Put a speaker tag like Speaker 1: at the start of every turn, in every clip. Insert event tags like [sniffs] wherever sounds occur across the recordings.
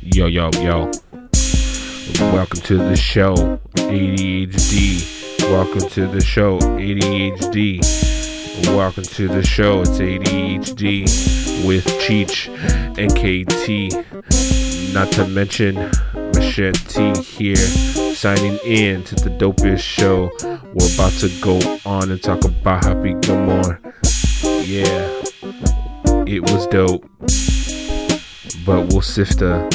Speaker 1: Yo, yo, yo. Welcome to the show, ADHD. Welcome to the show, ADHD. Welcome to the show, it's ADHD with Cheech and KT. Not to mention Machete here, signing in to the dopest show. We're about to go on and talk about Happy Gilmore. Yeah, it was dope, but we'll sifter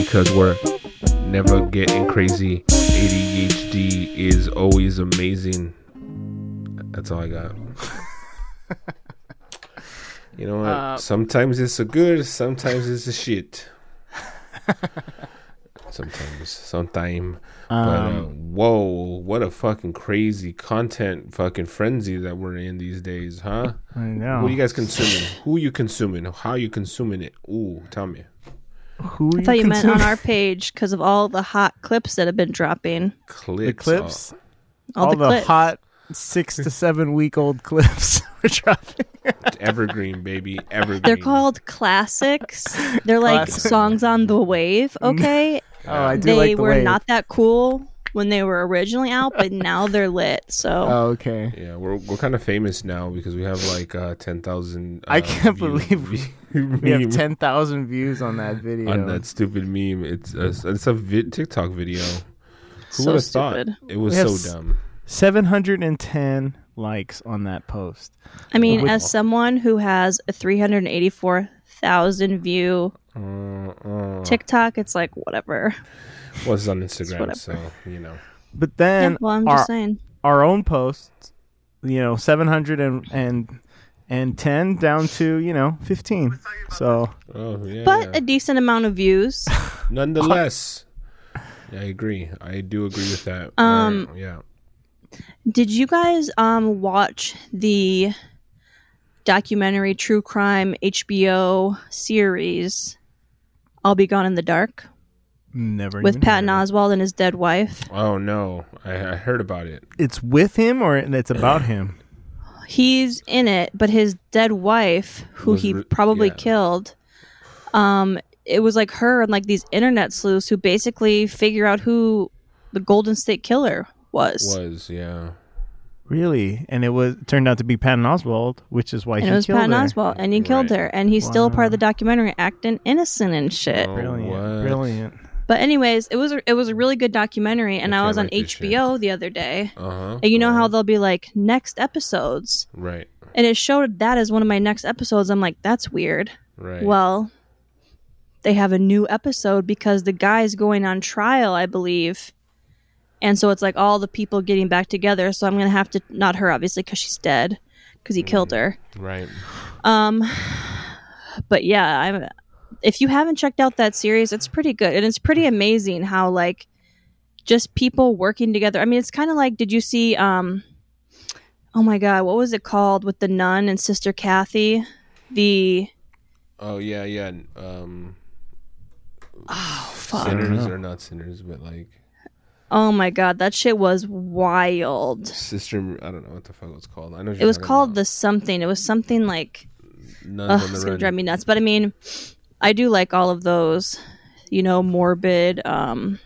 Speaker 1: because we're never getting crazy. ADHD is always amazing. That's all I
Speaker 2: [laughs]
Speaker 1: got. you know what?
Speaker 2: Uh,
Speaker 1: sometimes it's a good, sometimes it's a shit. sometimes, sometime. but uh,
Speaker 2: Um,
Speaker 1: whoa, what a fucking crazy content fucking frenzy that we're in these days, huh?
Speaker 2: I know.
Speaker 1: What are you guys consuming? Who you consuming? How you consuming it? Ooh, tell me.
Speaker 2: Who
Speaker 3: I thought you meant on our page because of all the hot clips that have been dropping.
Speaker 1: Clips.
Speaker 2: the clips,
Speaker 3: All, the, clips.
Speaker 2: hot six to seven week old clips [laughs] we're dropping.
Speaker 1: Oh, evergreen, baby. Evergreen.
Speaker 3: [laughs] They're called classics. They're like
Speaker 2: Classic.
Speaker 3: songs on the wave.
Speaker 2: [laughs]
Speaker 3: Okay,
Speaker 2: Oh, I do
Speaker 3: they
Speaker 2: like the
Speaker 3: were
Speaker 2: wave.
Speaker 3: not that cool when they were originally out, but now they're lit. So
Speaker 2: Oh, okay.
Speaker 1: Yeah, we're we're kind of famous now because we have like uh, ten thousand. Uh,
Speaker 2: I can't
Speaker 1: view-
Speaker 2: believe we-
Speaker 1: [laughs] meme
Speaker 2: We have ten thousand views on
Speaker 3: [laughs]
Speaker 2: that video.
Speaker 1: on that stupid meme. It's a, it's a vid- TikTok video. Who
Speaker 3: So
Speaker 1: would have thought
Speaker 3: stupid.
Speaker 1: it was
Speaker 2: We have
Speaker 1: so
Speaker 2: s-
Speaker 1: dumb?
Speaker 2: Seven hundred and ten likes on that post.
Speaker 3: I mean,
Speaker 2: With-
Speaker 3: as someone who has a three hundred eighty-four thousand view
Speaker 1: Uh, uh,
Speaker 3: TikTok, it's like whatever.
Speaker 1: was on Instagram,
Speaker 3: whatever.
Speaker 1: so you know.
Speaker 2: But then
Speaker 3: yeah, well, I'm
Speaker 2: our,
Speaker 3: just saying.
Speaker 2: our own posts, you know, seven hundred and and and ten down to you know fifteen. So
Speaker 1: Oh yeah.
Speaker 3: But a decent amount of views.
Speaker 1: nonetheless, I agree. I do agree with that.
Speaker 3: Um,
Speaker 1: Uh, yeah.
Speaker 3: Did you guys um watch the documentary true crime HBO series I'll Be Gone in the Dark
Speaker 2: never
Speaker 3: with
Speaker 2: even
Speaker 3: Patton
Speaker 2: heard of
Speaker 3: Oswald and his dead wife?
Speaker 1: Oh no, I, I heard about it.
Speaker 2: it. It's with him or it's about him.
Speaker 3: He's in it, but his dead wife, who
Speaker 1: Was
Speaker 3: he
Speaker 1: re-
Speaker 3: probably
Speaker 1: yeah.
Speaker 3: killed, um, it was like her and like these internet sleuths who basically figure out who the Golden State Killer was.
Speaker 1: Was yeah.
Speaker 2: Really, and it was turned out to be Patton Oswald, which is why
Speaker 3: And
Speaker 2: he
Speaker 3: it was
Speaker 2: killed
Speaker 3: Patton
Speaker 2: her.
Speaker 3: Oswald, and he killed
Speaker 1: Right.
Speaker 3: her, and he's still a part
Speaker 2: Wow.
Speaker 3: of the documentary, acting innocent and shit.
Speaker 1: Oh,
Speaker 2: Brilliant,
Speaker 1: what?
Speaker 2: brilliant.
Speaker 3: But anyways, it was a, it was a really good documentary, and
Speaker 1: I
Speaker 3: I
Speaker 1: can't
Speaker 3: was on
Speaker 1: write this shit.
Speaker 3: HBO the other day.
Speaker 1: Uh huh.
Speaker 3: And you know how they'll be like next episodes,
Speaker 1: Right.
Speaker 3: and it showed that as one of my next episodes. I'm like, that's weird.
Speaker 1: Right.
Speaker 3: Well, they have a new episode because the guy's going on trial, I believe, and so it's like all the people getting back together. So I'm gonna have to not her obviously because she's dead because he killed
Speaker 1: Mm.
Speaker 3: her.
Speaker 1: Right.
Speaker 3: Um, but yeah, I'm. If you haven't checked out that series, it's pretty good, and it's pretty amazing how like just people working together. I mean, it's kind of like did you see? Um, oh my god, what was it called with the nun and Sister Kathy? The
Speaker 1: Oh yeah, yeah. Um,
Speaker 3: oh fuck,
Speaker 1: sinners are not sinners, but like
Speaker 3: oh my god, that shit was wild.
Speaker 1: sister. I don't know what the fuck it was called. I know
Speaker 3: It was called the something. It was something like Ugh,
Speaker 1: Nuns on
Speaker 3: it's
Speaker 1: the
Speaker 3: gonna
Speaker 1: Run.
Speaker 3: drive me nuts. But I mean, I do like all of those, you know, morbid. Um,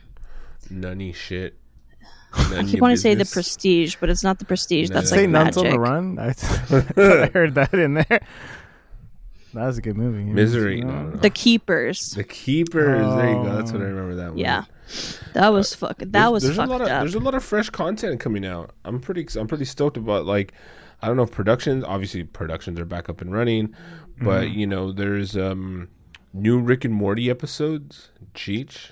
Speaker 1: Nunny shit.
Speaker 3: [sighs] I keep wanting to say the prestige, but it's not the prestige.
Speaker 1: No,
Speaker 3: That's
Speaker 1: no,
Speaker 2: Say
Speaker 3: like
Speaker 1: no.
Speaker 2: Nuns
Speaker 3: magic.
Speaker 2: on the Run. I, [laughs] I heard that in there. That was a good movie.
Speaker 1: misery.
Speaker 2: You
Speaker 1: No,
Speaker 2: know?
Speaker 1: no, no.
Speaker 3: The keepers.
Speaker 1: The keepers. There you go. That's what I remember. That one.
Speaker 3: Yeah, that was fuck. That was
Speaker 1: Uh, there's
Speaker 3: fucked
Speaker 1: a lot of,
Speaker 3: up.
Speaker 1: There's a lot of fresh content coming out. I'm pretty ex- I'm pretty stoked about like I don't know if productions obviously productions are back up and running, but you know there's um new Rick and Morty episodes. Cheech,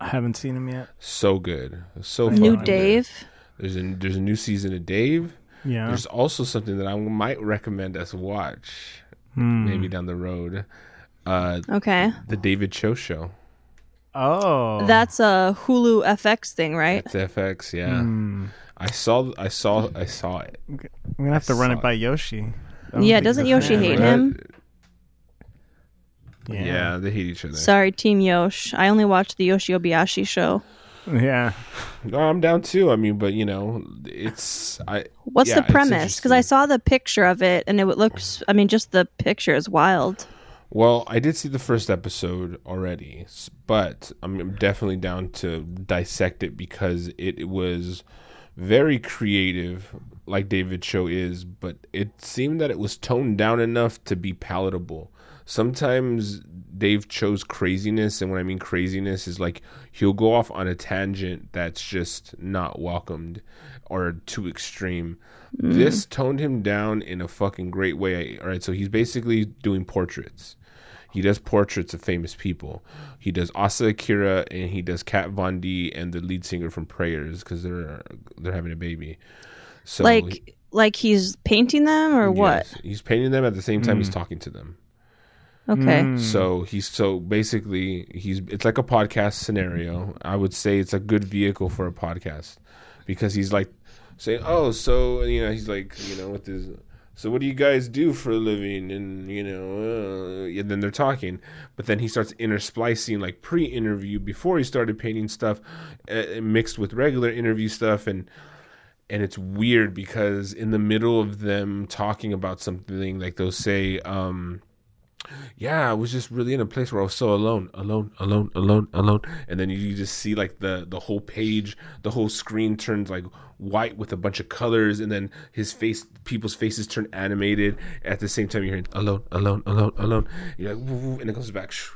Speaker 2: I haven't seen him yet.
Speaker 1: so good, so
Speaker 3: New
Speaker 1: fucking good.
Speaker 3: Dave.
Speaker 1: There's a there's a new season of Dave.
Speaker 2: Yeah.
Speaker 1: There's also something that I might recommend us watch
Speaker 2: Hmm.
Speaker 1: maybe down the road. Uh,
Speaker 3: Okay,
Speaker 1: the David Cho show.
Speaker 2: oh,
Speaker 3: that's a Hulu FX thing, right?
Speaker 1: It's FX. Yeah,
Speaker 2: Hmm.
Speaker 1: I saw I saw I saw it.
Speaker 2: I'm gonna have to run it by Yoshi. I don't
Speaker 3: Yeah,
Speaker 2: think
Speaker 3: doesn't
Speaker 2: he's a
Speaker 3: Yoshi
Speaker 2: fan.
Speaker 3: hate him?
Speaker 2: Yeah,
Speaker 1: Yeah, they hate each other.
Speaker 3: Sorry, Team Yosh. I only watched the Yoshi Obayashi show.
Speaker 2: yeah.
Speaker 1: No, I'm down too. I mean, but you know, it's I.
Speaker 3: What's
Speaker 1: yeah,
Speaker 3: the
Speaker 1: it's
Speaker 3: premise? Because I
Speaker 1: interesting.
Speaker 3: saw the picture of it, and it looks. I mean, just the picture is wild.
Speaker 1: Well, I did see the first episode already, s- but I'm I'm definitely down to dissect it because it was very creative, like David Show is, but it seemed that it was toned down enough to be palatable. Sometimes Dave Cho's craziness, and when I mean craziness, is like he'll go off on a tangent that's just not welcomed or too extreme. This toned him down in a fucking great way. All right, so he's basically doing portraits. He does portraits of famous people. He does Asa Akira and he does Kat Von D and the lead singer from Prayers because they're they're having a baby. So
Speaker 3: like like he's painting them or what?
Speaker 1: yes, he's painting them at the same time he's talking to them.
Speaker 3: Okay.
Speaker 1: So he's so basically he's it's like a podcast scenario. I would say it's a good vehicle for a podcast because he's like saying, "Oh, so you know," he's like, you know, with his. So what do you guys do for a living? And you know, uh, and then they're talking, but then he starts intersplicing like pre-interview before he started painting stuff, uh, mixed with regular interview stuff, and and it's weird because in the middle of them talking about something, like they'll say, um, yeah, I was just really in a place where I was so alone, alone, alone, alone, alone. And then you- you just see like the the whole page, the whole screen turns like white with a bunch of colors, and then his face, people's faces turn animated. At the same time, you're hearing alone, alone, alone, alone. You're like, "Woo, woo," and it goes back. shoo.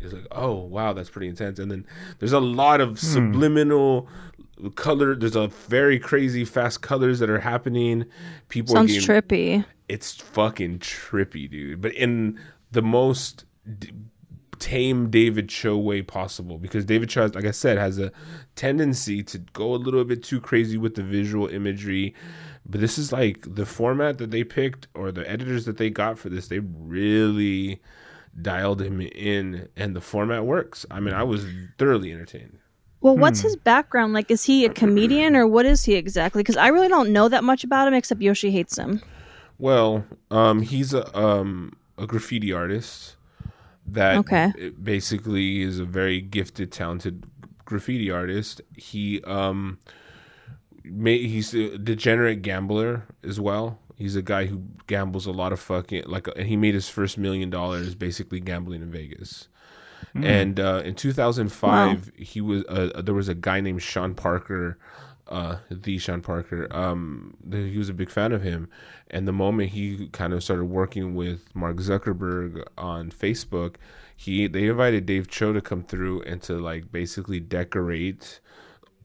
Speaker 1: It's like, oh wow, that's pretty intense. And then there's a lot of subliminal color. There's a very crazy fast colors that are happening. People are
Speaker 3: Sounds
Speaker 1: getting
Speaker 3: trippy.
Speaker 1: it's fucking trippy, dude. But in the most d- tame David Cho way possible, because David Cho, like I said, has a tendency to go a little bit too crazy with the visual imagery. But this is like the format that they picked or the editors that they got for this. They really dialed him in, and the format works. I mean, I was thoroughly entertained.
Speaker 3: Well, what's
Speaker 1: Hmm.
Speaker 3: his background? Like, is he a comedian or what is he exactly? Because I really don't know that much about him except Yoshi hates him.
Speaker 1: Well, um, he's a um, a graffiti artist that
Speaker 3: Okay.
Speaker 1: b- basically is a very gifted, talented graffiti artist. He um, ma- he's a degenerate gambler as well. He's a guy who gambles a lot of fucking like, and he made his first million dollars basically gambling in Vegas. And uh, in 2005, he was uh, there was a guy named Sean Parker, uh, the Sean Parker. Um, th- he was a big fan of him, and the moment he kind of started working with Mark Zuckerberg on Facebook, he they invited Dave Cho to come through and to like basically decorate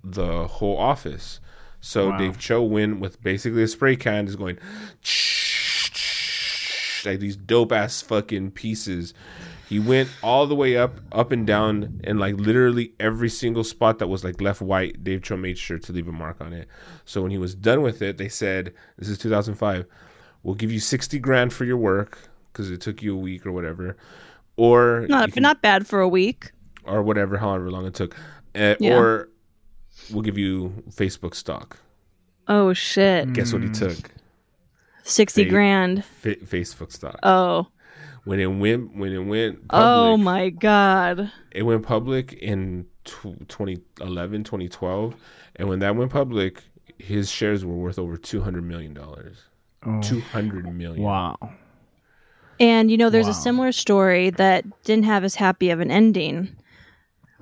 Speaker 1: the whole office. So Dave Cho went with basically a spray can, is going like these dope ass fucking pieces. He went all the way up, up and down, and like literally every single spot that was like left white, Dave Cho made sure to leave a mark on it. So when he was done with it, they said, "This is 2005. We'll give you 60 grand for your work because it took you a week or whatever, or you
Speaker 3: Not
Speaker 1: can-
Speaker 3: not bad for a week.
Speaker 1: or whatever, however long it took, uh,
Speaker 3: Yeah.
Speaker 1: or we'll give you Facebook stock."
Speaker 3: Oh shit,
Speaker 1: Guess what he
Speaker 2: Mm.
Speaker 1: took?
Speaker 3: sixty
Speaker 1: Fa-
Speaker 3: grand.
Speaker 1: Fa Facebook stock.
Speaker 3: Oh,
Speaker 1: when it went, when it went, public,
Speaker 3: oh my god.
Speaker 1: it went public in tw 2011 2012 and when that went public his shares were worth over 200 million dollars
Speaker 2: Oh.
Speaker 1: 200 million
Speaker 2: Wow.
Speaker 3: And you know, there's
Speaker 2: Wow.
Speaker 3: a similar story that didn't have as happy of an ending.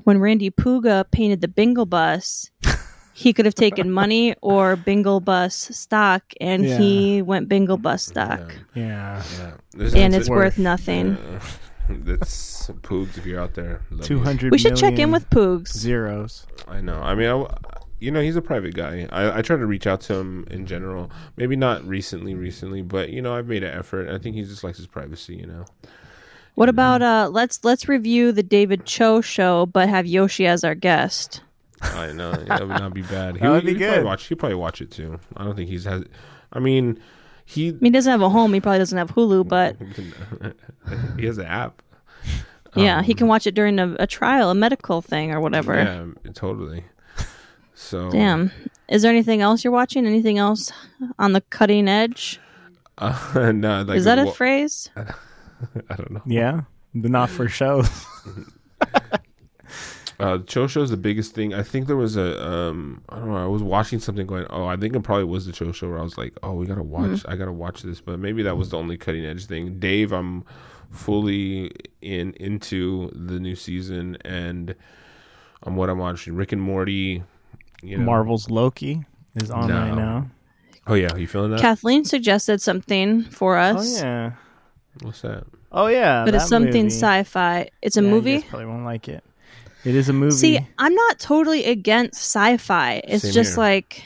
Speaker 3: When Randy Puga painted the
Speaker 1: [laughs]
Speaker 3: Bingle Bus, he could have taken money or Bingle Bus stock, and
Speaker 2: Yeah.
Speaker 3: he went Bingle Bus stock,
Speaker 2: Yeah.
Speaker 1: yeah. There's-
Speaker 3: and it's
Speaker 1: that's-
Speaker 3: worth
Speaker 2: worth-
Speaker 3: nothing.
Speaker 1: [laughs] that's poogs if you're out there Love you.
Speaker 2: Two hundred.
Speaker 3: we should check in with Poogs.
Speaker 2: zeros.
Speaker 1: i know i mean I w you know he's a private guy I, I try to reach out to him in general maybe not recently recently but you know i've made an effort i think he just likes his privacy you know Mm-hmm.
Speaker 3: What about uh? Let's let's review the David Cho show, but have Yoshi as our guest.
Speaker 1: I know that would not be bad.
Speaker 2: [laughs]
Speaker 1: He
Speaker 2: That would be
Speaker 1: he'd Probably
Speaker 2: good.
Speaker 1: watch, he'd probably watch it too. I don't think he's has. I mean, he
Speaker 3: I mean, he doesn't have a home. He probably doesn't have Hulu, but
Speaker 1: [laughs] he has an app. Oh.
Speaker 3: yeah, he can watch it during a, a trial, a medical thing, or whatever.
Speaker 1: Yeah, totally. So
Speaker 3: Damn. Is there anything else you're watching? Anything else on the cutting edge?
Speaker 1: [laughs] Uh, [laughs] no, like, Uh,
Speaker 3: Is that a
Speaker 1: well,
Speaker 3: phrase?
Speaker 1: I don't know.
Speaker 2: Yeah, but not for shows.
Speaker 1: Uh, Cho show is the biggest thing. I think there was a um, I don't know. I was watching something going. Oh, I think it probably was the
Speaker 3: Hmm.
Speaker 1: Cho show where I was like, oh, we gotta watch. I gotta watch this. But maybe that was the only cutting edge thing. Dave, I'm fully in into the new season and on what I'm watching. Rick and Morty, you know.
Speaker 2: Marvel's Loki is on
Speaker 1: No.
Speaker 2: right now.
Speaker 1: Oh yeah, you feeling that?
Speaker 3: Kathleen suggested something for
Speaker 2: Oh
Speaker 3: us,
Speaker 2: yeah.
Speaker 1: What's that?
Speaker 2: Oh yeah.
Speaker 3: but it's
Speaker 2: that
Speaker 3: something
Speaker 2: movie.
Speaker 3: sci-fi. It's a
Speaker 2: Yeah, you
Speaker 3: movie.
Speaker 2: guys probably won't like it. It is a movie.
Speaker 3: See, I'm not totally against sci-fi. It's
Speaker 1: Same
Speaker 3: just
Speaker 1: here.
Speaker 3: like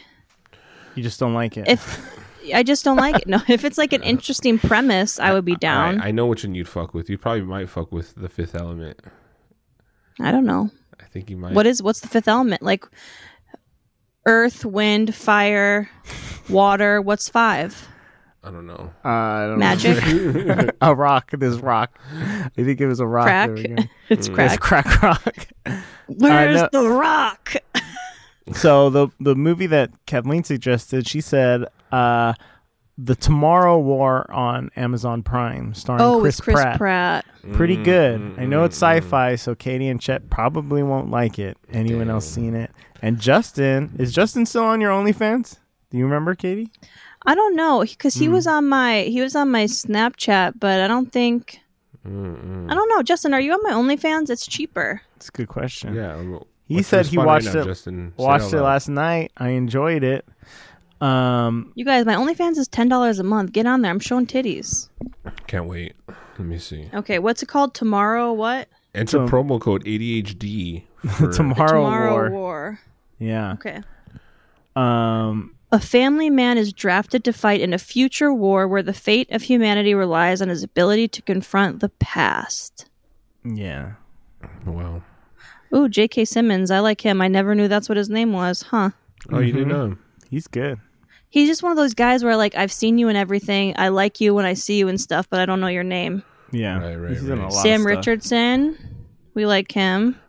Speaker 2: you just don't like it.
Speaker 3: if I just don't like it. No, [laughs] if it's like an interesting premise, I would be down.
Speaker 1: I, I know which one you'd fuck with. You probably might fuck with the Fifth Element.
Speaker 3: I don't know.
Speaker 1: I think you might.
Speaker 3: What is what's the fifth element? Like earth, wind, fire, water. What's five?
Speaker 1: I don't know.
Speaker 2: uh, I don't know.
Speaker 3: Magic.
Speaker 2: [laughs] a rock. This rock. I think it was a rock.
Speaker 3: Crack.
Speaker 2: Ah, There we go.
Speaker 3: [laughs]
Speaker 2: Mm.
Speaker 3: it's
Speaker 2: It's
Speaker 3: crack.
Speaker 2: crack rock.
Speaker 3: Where's
Speaker 2: no-
Speaker 3: the rock?
Speaker 2: so the the movie that Kathleen suggested, she said, uh, "The Tomorrow War" on Amazon Prime, starring
Speaker 3: Oh,
Speaker 2: Chris,
Speaker 3: it's Chris
Speaker 2: Pratt.
Speaker 3: Pratt.
Speaker 2: Pretty good. I know it's sci-fi, so Katie and Chet probably won't like it. Anyone else seen it? And Justin is Justin still on your OnlyFans? Do you remember, Katie?
Speaker 3: I don't know because he
Speaker 2: Mm.
Speaker 3: was on my he was on my Snapchat, but I don't think. I don't know, Justin. Are you on my OnlyFans? It's cheaper.
Speaker 2: It's a good question.
Speaker 1: Yeah. well,
Speaker 2: He
Speaker 1: what's
Speaker 2: said
Speaker 1: your
Speaker 2: he
Speaker 1: spot right
Speaker 2: watched
Speaker 1: now,
Speaker 2: it-
Speaker 1: Justin, Say
Speaker 2: Watched
Speaker 1: out
Speaker 2: it
Speaker 1: loud.
Speaker 2: last night. I enjoyed it. Um,
Speaker 3: You guys, my OnlyFans is ten dollars a month. Get on there. I'm showing titties.
Speaker 1: Can't wait. Let me see.
Speaker 3: Okay, what's it called? Tomorrow what?
Speaker 1: Enter
Speaker 2: Tom-
Speaker 1: promo code
Speaker 2: [laughs]
Speaker 1: ADHD. For,
Speaker 2: Tomorrow,
Speaker 3: Tomorrow
Speaker 2: War.
Speaker 3: War.
Speaker 2: Yeah.
Speaker 3: Okay.
Speaker 2: Um,
Speaker 3: A family man is drafted to fight in a future war where the fate of humanity relies on his ability to confront the past.
Speaker 2: yeah.
Speaker 1: wow.
Speaker 3: Ooh, J.K. Simmons. I like him. I never knew that's what his name was, huh?
Speaker 1: Oh, you didn't
Speaker 2: Mm-hmm.
Speaker 1: know.
Speaker 2: He's good.
Speaker 3: He's just one of those guys where, like, I've seen you and everything. I like you when I see you and stuff, but I don't know your name.
Speaker 2: Yeah.
Speaker 1: Right, right,
Speaker 2: He's in a
Speaker 1: right.
Speaker 2: lot
Speaker 3: Sam
Speaker 2: of stuff.
Speaker 3: Richardson. We like him.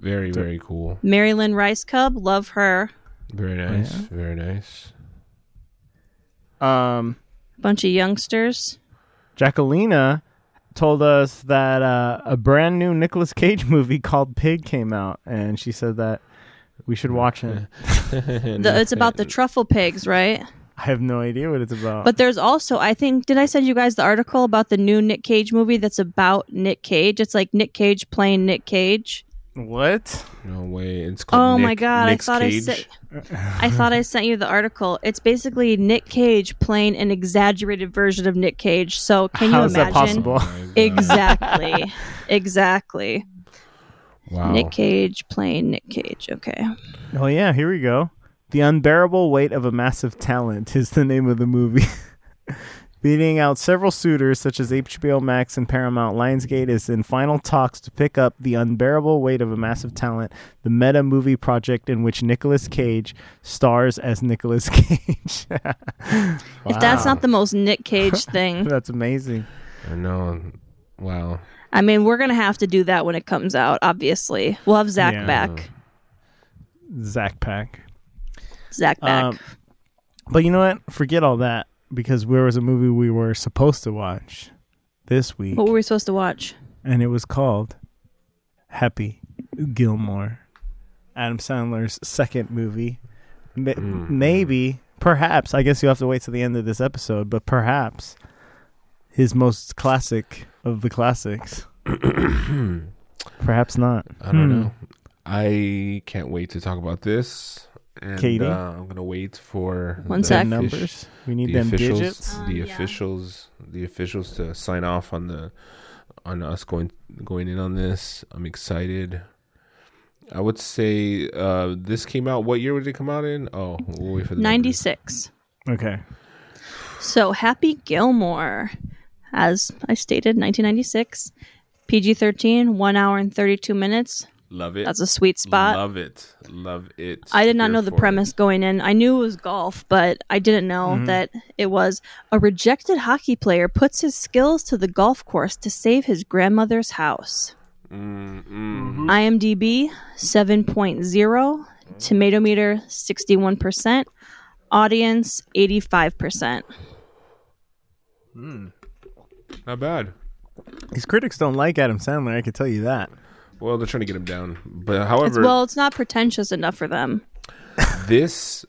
Speaker 1: Very, very cool.
Speaker 3: Marilyn Rice Cub. Love her.
Speaker 1: Very
Speaker 2: Oh,
Speaker 1: nice. Very nice.
Speaker 2: Um,
Speaker 3: Bunch of youngsters.
Speaker 2: Jacquelina told us that uh, a brand new Nicolas Cage [laughs] movie called Pig came out, and she said that we should watch it.
Speaker 3: The, it's about the truffle pigs, right?
Speaker 2: I have no idea what it's about.
Speaker 3: But there's also, I think, did I send you guys the article about the new Nick Cage movie that's about Nick Cage? It's like Nick Cage playing Nick Cage.
Speaker 2: what?
Speaker 1: [laughs] No way. It's called.
Speaker 3: Oh my
Speaker 1: Nick-
Speaker 3: god,
Speaker 1: Nick's
Speaker 3: I thought
Speaker 1: Cage.
Speaker 3: I sent I thought I sent you the article. It's basically Nick Cage playing an exaggerated version of Nick Cage. So can you
Speaker 2: How is
Speaker 3: imagine?
Speaker 2: that possible?
Speaker 1: Oh
Speaker 2: [laughs]
Speaker 3: Exactly. exactly.
Speaker 1: Wow.
Speaker 3: Nick Cage playing Nick Cage. Okay.
Speaker 2: oh yeah, here we go. The unbearable weight of a massive talent is the name of the movie. [laughs] Beating out several suitors such as HBO Max and Paramount, Lionsgate is in final talks to pick up the unbearable weight of a massive talent, the meta movie project in which Nicolas Cage stars as Nicolas [laughs] Cage.
Speaker 3: If that's not the most Nick
Speaker 2: [laughs]
Speaker 3: Cage thing,
Speaker 2: That's amazing.
Speaker 1: I know. Wow. [clears throat]
Speaker 3: I mean, we're gonna have to do that when it comes out. Obviously, we'll have Zach
Speaker 2: Yeah.
Speaker 3: back.
Speaker 2: Zach Pack.
Speaker 3: Zach back.
Speaker 2: Um, But you know what? Forget all that because there was a movie we were supposed to watch this week,
Speaker 3: what were we supposed to watch?
Speaker 2: and it was called Happy Gilmore, Adam Sandler's second movie. Ma-
Speaker 1: Mm.
Speaker 2: Maybe, perhaps, I guess you'll have to wait till the end of this episode, but perhaps his most classic of the classics. perhaps not.
Speaker 1: I don't know. I can't wait to talk about this. And,
Speaker 2: Katie?
Speaker 1: Uh, I'm gonna wait for
Speaker 3: One
Speaker 1: the
Speaker 3: sec.
Speaker 2: Them
Speaker 3: Fish-
Speaker 2: numbers. We need
Speaker 1: the
Speaker 2: them
Speaker 1: officials,
Speaker 2: digits.
Speaker 1: the
Speaker 3: Um, yeah.
Speaker 1: officials, the officials to sign off on the on us going going in on this. I'm excited. I would say uh, this came out. What year did it come out in? Oh, we'll wait for the
Speaker 3: Ninety
Speaker 1: numbers.
Speaker 3: six.
Speaker 2: Okay.
Speaker 3: So Happy Gilmore, as I stated, 1996, PG 13, one hour and 32 minutes.
Speaker 1: Love it.
Speaker 3: That's a sweet spot.
Speaker 1: Love it. Love it.
Speaker 3: I did not
Speaker 1: Here
Speaker 3: know the
Speaker 1: for it.
Speaker 3: premise going in. I knew it was golf, but I didn't know
Speaker 1: Mm-hmm.
Speaker 3: that it was a rejected hockey player puts his skills to the golf course to save his grandmother's house.
Speaker 1: Mm-hmm.
Speaker 3: IMDb 7.0, tomato meter 61%, audience 85%.
Speaker 1: Not bad.
Speaker 2: These critics don't like Adam Sandler, I could tell you that.
Speaker 1: Well, they're trying to get him down. But
Speaker 3: It's,
Speaker 1: however,
Speaker 3: well, it's not pretentious enough for them.
Speaker 1: this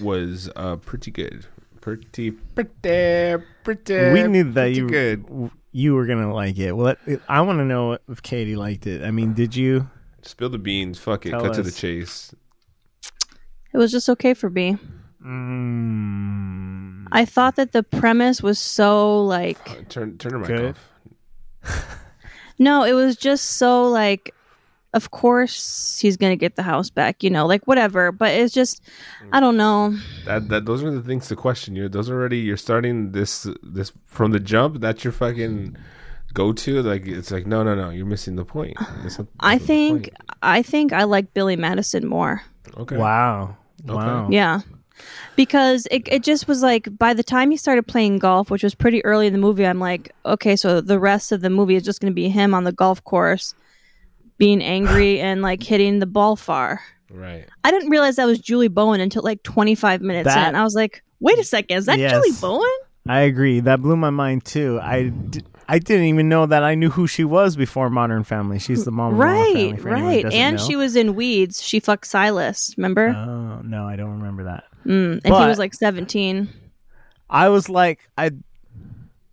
Speaker 1: was uh, pretty good. Pretty, pretty, pretty.
Speaker 2: we knew that
Speaker 1: pretty
Speaker 2: you
Speaker 1: good.
Speaker 2: w- you were gonna like it. Well, it- I want to know if Katie liked it. I mean, did you?
Speaker 1: Spill the beans. Fuck it.
Speaker 2: Tell
Speaker 1: Cut to the
Speaker 2: us.
Speaker 1: chase.
Speaker 3: It was just okay for me.
Speaker 1: Mm-hmm.
Speaker 2: Mm,
Speaker 3: I thought that the premise was so like
Speaker 1: Uh, Turn turn your mic
Speaker 2: Good.
Speaker 1: off.
Speaker 3: no, it was just so like of course he's going to get the house back, you know, like whatever, but it's just
Speaker 1: Mm.
Speaker 3: I don't know.
Speaker 1: That that those are the things to question. You those already. You're starting this this from the jump. That's your fucking go to. Like it's like no no no. You're missing the point. That's not- that's not
Speaker 3: I
Speaker 1: the
Speaker 3: think
Speaker 1: point.
Speaker 3: I think I like Billy Madison more.
Speaker 1: Okay.
Speaker 2: wow. Wow.
Speaker 3: Yeah. Because it, it just was like by the time he started playing golf, which was pretty early in the movie, I'm like, okay, so the rest of the movie is just going to be him on the golf course being
Speaker 1: [sighs]
Speaker 3: angry and like hitting the ball far.
Speaker 1: Right.
Speaker 3: I didn't realize that was Julie Bowen until like 25 minutes
Speaker 2: That-
Speaker 3: in. I was like, wait a second, is that
Speaker 2: Yes.
Speaker 3: Julie Bowen?
Speaker 2: I agree. That blew my mind too. I, d- I didn't even know that I knew who she was before Modern Family. She's the mom,
Speaker 3: Right, right. And she was in Weeds. She fucked Silas, remember?
Speaker 2: Oh no, I don't remember that.
Speaker 3: mm, and he
Speaker 2: but-
Speaker 3: was like 17.
Speaker 2: I was like, I,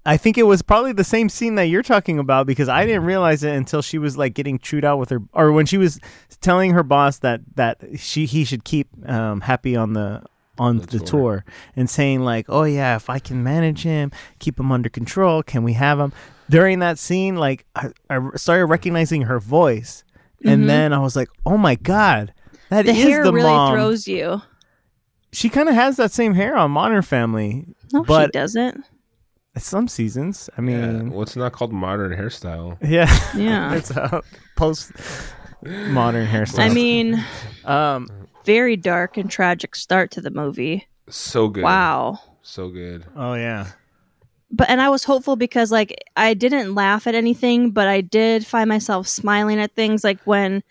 Speaker 2: I think it was probably the same scene that you're talking about because I didn't realize it until she was like getting chewed out with her, or when she was telling her boss that that she he should keep um, happy on the on the, tour. and saying like, oh yeah, if I can manage him, keep him under control, can we have him? During that scene, like I, I started recognizing her voice, and then I was like, oh my god. that
Speaker 3: Mm-hmm. The
Speaker 2: is
Speaker 3: hair
Speaker 2: the
Speaker 3: really
Speaker 2: mom.
Speaker 3: throws you.
Speaker 2: she kind of has that same hair on Modern Family,
Speaker 3: No, she
Speaker 2: But-
Speaker 3: doesn't.
Speaker 2: some seasons. I
Speaker 1: Yeah. [laughs]
Speaker 2: mean,
Speaker 1: Well, it's not called modern hairstyle.
Speaker 2: yeah,
Speaker 3: Yeah.
Speaker 2: [laughs] it's a post modern hairstyle.
Speaker 3: I mean,
Speaker 2: um,
Speaker 3: very dark and tragic start to the movie.
Speaker 1: So good.
Speaker 3: Wow.
Speaker 1: So good.
Speaker 2: oh yeah,
Speaker 3: But and I was hopeful because like I didn't laugh at anything, but I did find myself smiling at things like when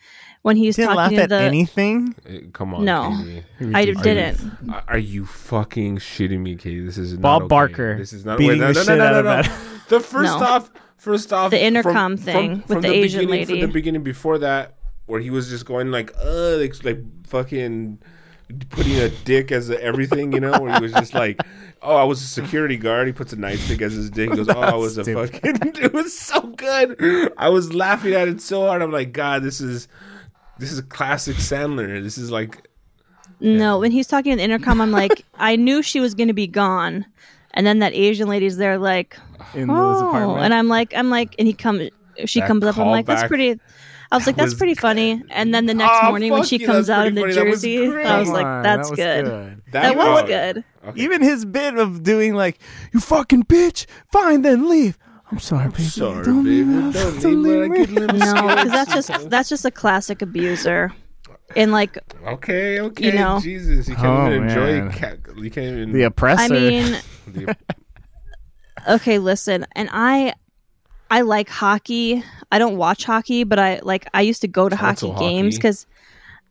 Speaker 3: when he's
Speaker 2: didn't
Speaker 3: talking
Speaker 2: laugh
Speaker 3: to
Speaker 2: at
Speaker 3: the
Speaker 2: anything.
Speaker 1: Eh, Come on.
Speaker 3: No.
Speaker 1: Katie.
Speaker 3: I
Speaker 1: Are
Speaker 3: didn't.
Speaker 1: You, are you fucking shitting me, Katie? This is not
Speaker 2: Bob
Speaker 1: okay.
Speaker 2: Barker
Speaker 1: This is not
Speaker 2: beating
Speaker 1: wait, no,
Speaker 2: the
Speaker 1: no, no,
Speaker 2: shit
Speaker 1: no,
Speaker 2: out of
Speaker 1: no, no.
Speaker 2: that.
Speaker 1: The first
Speaker 3: No.
Speaker 1: off, first off,
Speaker 3: The
Speaker 1: from- from-
Speaker 3: intercom thing with
Speaker 1: from
Speaker 3: the Asian
Speaker 1: beginning- From
Speaker 3: lady.
Speaker 1: the beginning before that, where he was just going like, uh, like, like fucking putting a dick as a everything, you know, where he was just like. Oh, I was a security guard. He puts a nightstick as his dick. He goes, "Oh,
Speaker 2: [laughs]
Speaker 1: I was a
Speaker 2: Stupid.
Speaker 1: fucking." [laughs] It was so good. I was laughing at it so hard. I'm like, God, this is, this is classic Sandler. This is like
Speaker 3: No, when he's talking on the intercom, I'm like, [laughs] I knew she was gonna be gone. And then that Asian lady's there like
Speaker 2: In Lily's
Speaker 3: Oh
Speaker 2: apartment,
Speaker 3: and I'm like I'm like and he comes she
Speaker 1: That
Speaker 3: comes up, I'm like, that's
Speaker 1: callback
Speaker 3: pretty I was like, that's
Speaker 1: was
Speaker 3: pretty funny. And then the next
Speaker 1: Oh,
Speaker 3: morning when
Speaker 1: fuck
Speaker 3: she
Speaker 1: you,
Speaker 3: comes
Speaker 1: that's
Speaker 3: out in the
Speaker 1: pretty funny. That was
Speaker 3: jersey,
Speaker 1: great.
Speaker 3: I was
Speaker 2: Come
Speaker 3: like,
Speaker 2: on, that
Speaker 3: that's
Speaker 2: was
Speaker 3: good.
Speaker 1: That
Speaker 3: That was
Speaker 1: was-
Speaker 3: good.
Speaker 1: okay.
Speaker 2: Even his bit of doing like, "You fucking bitch, fine then leave." I'm sorry, baby.
Speaker 1: Sorry,
Speaker 2: Don't
Speaker 1: baby.
Speaker 2: leave-
Speaker 1: Don't
Speaker 2: don't
Speaker 1: leave
Speaker 2: leave
Speaker 1: me. I
Speaker 2: me.
Speaker 1: get little
Speaker 3: No, because
Speaker 1: scared
Speaker 3: that's just
Speaker 1: sometimes.
Speaker 3: that's just a classic abuser. And like
Speaker 1: okay. Okay, you
Speaker 3: know.
Speaker 1: Jesus, you can't
Speaker 2: Oh,
Speaker 1: even
Speaker 2: man.
Speaker 1: enjoy. Cat, you can't even.
Speaker 2: The oppressor.
Speaker 3: I mean
Speaker 1: [laughs] the-
Speaker 3: okay listen and i i like hockey i don't watch hockey but i like i used to go to hockey,
Speaker 1: Tonsil
Speaker 3: games
Speaker 1: hockey.
Speaker 3: because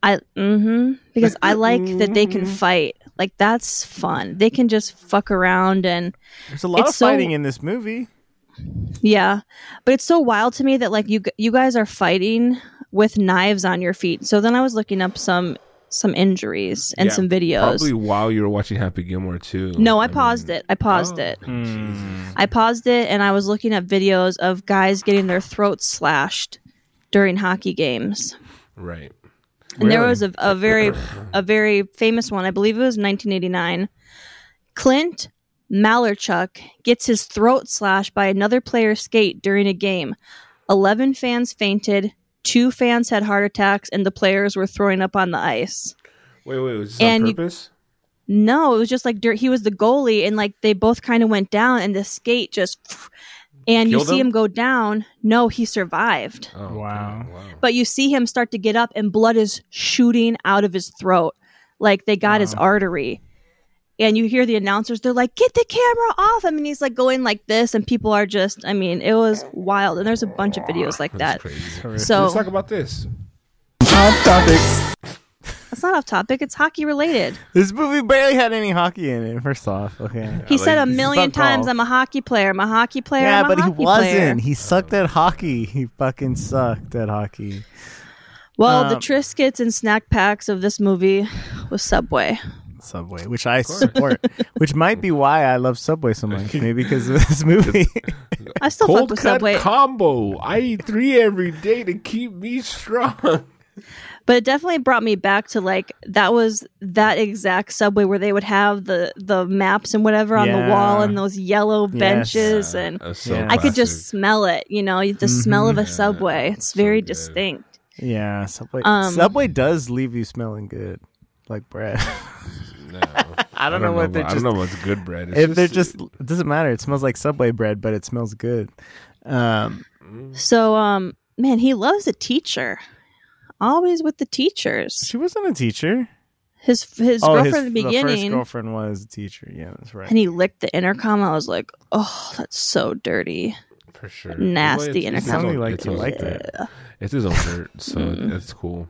Speaker 3: i mm-hmm because i like that they can fight like that's fun they can just fuck around and
Speaker 2: There's a lot
Speaker 3: it's
Speaker 2: of fighting
Speaker 3: so-
Speaker 2: in this movie.
Speaker 3: yeah but it's so wild to me that like you g- you guys are fighting with knives on your feet so then i was looking up some some injuries and
Speaker 1: Yeah,
Speaker 3: some videos
Speaker 1: Probably while you were watching Happy Gilmore too. oh,
Speaker 3: no i paused it i paused it
Speaker 2: Hmm.
Speaker 3: I paused it and I was looking at videos of guys getting their throats slashed during hockey games.
Speaker 1: Right.
Speaker 3: And there was a, a very a very famous one. I believe it was 1989. Clint Malarchuk gets his throat slashed by another player's skate during a game. 11 fans fainted, 2 fans had heart attacks and the players were throwing up on the ice.
Speaker 1: Wait, wait. Was this
Speaker 3: And
Speaker 1: on
Speaker 3: you-
Speaker 1: purpose?
Speaker 3: No, it was just like dirt. He was the goalie, and like they both kind of went down, and the skate just, [sniffs] and you
Speaker 1: Killed
Speaker 3: see
Speaker 1: him?
Speaker 3: him go down. No, he survived,
Speaker 1: Oh,
Speaker 2: Wow.
Speaker 1: God, wow.
Speaker 3: but you see him start to get up, and blood is shooting out of his throat, like they got his artery. And you hear the announcers; they're like, "Get the camera off him!" And he's like going like this, and people are just, I mean, it was wild. And there's a bunch of videos like that.
Speaker 1: That's crazy.
Speaker 3: So
Speaker 1: Let's talk about this.
Speaker 3: it's not off topic; it's hockey related.
Speaker 2: This movie barely had any hockey in it. First off, okay.
Speaker 3: He said a
Speaker 1: this is
Speaker 3: million
Speaker 2: about golf.
Speaker 3: times, "I'm a hockey player. I'm a hockey player."
Speaker 2: Yeah,
Speaker 3: I'm a
Speaker 2: but he
Speaker 3: hockey
Speaker 2: wasn't.
Speaker 3: player."
Speaker 2: He sucked at hockey. He fucking sucked at hockey.
Speaker 3: Well, the
Speaker 2: Um,
Speaker 3: Triscuits and snack packs of this movie was Subway.
Speaker 2: Subway, which I
Speaker 1: course.
Speaker 2: support, which might be why I love Subway so much. Maybe because of this movie.
Speaker 3: I still fuck
Speaker 1: Cold
Speaker 3: with
Speaker 1: cut
Speaker 3: Subway,
Speaker 1: combo. I eat three every day to keep me strong.
Speaker 3: but it definitely brought me back to like that was that exact Subway where they would have the the maps and whatever on the wall
Speaker 2: Yeah.
Speaker 3: and those yellow
Speaker 2: Yes.
Speaker 3: benches
Speaker 1: Uh,
Speaker 3: and
Speaker 1: that's so
Speaker 2: Yeah.
Speaker 3: I could
Speaker 1: classic.
Speaker 3: just smell it, you know,
Speaker 2: Mm-hmm.
Speaker 3: the smell of a
Speaker 1: Yeah,
Speaker 3: Subway. It's
Speaker 1: so
Speaker 3: very
Speaker 1: good.
Speaker 3: distinct.
Speaker 2: [laughs] yeah, Subway.
Speaker 3: Um,
Speaker 2: Subway does leave you smelling good, like bread.
Speaker 1: No. I
Speaker 2: don't know what they're
Speaker 1: I don't
Speaker 2: just-
Speaker 1: know what's good bread. It's
Speaker 2: if they're just, it doesn't matter. It smells like Subway bread, but it smells good. Um,
Speaker 3: So um man, he loves a teacher. Always with the teachers.
Speaker 2: she wasn't a teacher.
Speaker 3: His his
Speaker 2: oh, his,
Speaker 3: girlfriend in
Speaker 2: the
Speaker 3: the
Speaker 2: first
Speaker 3: beginning
Speaker 2: girlfriend was a teacher. Yeah, that's right.
Speaker 3: and he licked the intercom. I was like, "Oh, that's so dirty."
Speaker 1: for sure
Speaker 3: nasty
Speaker 1: it's-
Speaker 3: intercom.
Speaker 1: it's his
Speaker 2: Sounded
Speaker 1: own-
Speaker 2: like
Speaker 1: it's
Speaker 2: you
Speaker 1: his-
Speaker 2: liked it.
Speaker 1: It's his own
Speaker 2: [laughs]
Speaker 1: dirt, so
Speaker 2: Hmm.
Speaker 1: that's cool.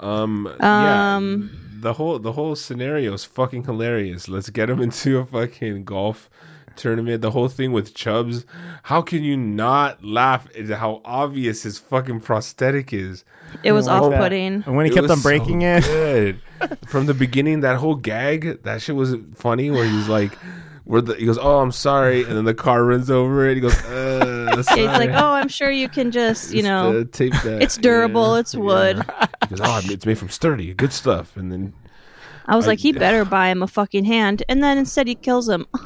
Speaker 1: Um,
Speaker 3: Um,
Speaker 1: yeah, the whole the whole scenario is fucking hilarious. Let's get him [laughs] into a fucking golf tournament. The whole thing with Chubbs. How can you not laugh at how obvious his fucking prosthetic is?
Speaker 3: It was
Speaker 2: Like that.
Speaker 3: off-putting.
Speaker 2: And when he
Speaker 1: It
Speaker 2: kept
Speaker 1: was
Speaker 2: on breaking
Speaker 1: so [laughs]
Speaker 2: it, [laughs]
Speaker 1: good. From the beginning, that whole gag, that shit was funny. Where he's like, where the, he goes, "Oh, I'm sorry," and then the car runs over it. He goes,
Speaker 2: [laughs]
Speaker 1: uh,
Speaker 3: It's like,
Speaker 1: sorry."
Speaker 3: "Oh, I'm sure you can just, you
Speaker 1: Just,
Speaker 3: know,
Speaker 1: uh, tape
Speaker 3: [laughs]
Speaker 1: that.
Speaker 3: it's durable, it's wood.
Speaker 1: Because oh, it's made from sturdy, good stuff. And then
Speaker 3: I was
Speaker 1: I-
Speaker 3: like, he better buy him a fucking hand, and then instead he kills him. [laughs]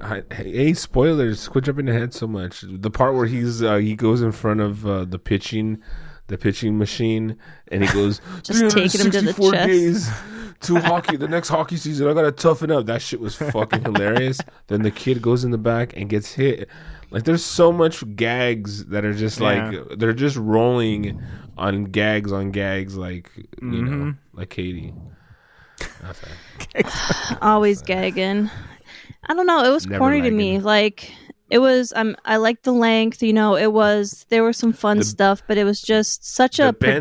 Speaker 1: I, hey, spoilers! Quit jumping ahead so much. The part where he's uh, he goes in front of uh, the pitching, the pitching machine, and he goes
Speaker 3: [laughs] Just taking him to the
Speaker 1: 364
Speaker 3: chest.
Speaker 1: days
Speaker 3: [laughs]
Speaker 1: to hockey. The next hockey season, I gotta toughen up. That shit was fucking
Speaker 3: [laughs]
Speaker 1: hilarious. Then the kid goes in the back and gets hit. Like there's so much gags that are just
Speaker 2: Yeah.
Speaker 1: like they're just rolling on gags on gags. Like you know, like Katie. Okay.
Speaker 3: Always gagging. I don't know. It was
Speaker 1: Never
Speaker 3: corny to me.
Speaker 1: lagging.
Speaker 3: Like it was. Um, I liked the length. You know, it was. There was some fun stuff, but it was just such a
Speaker 1: the Ben- the Ben-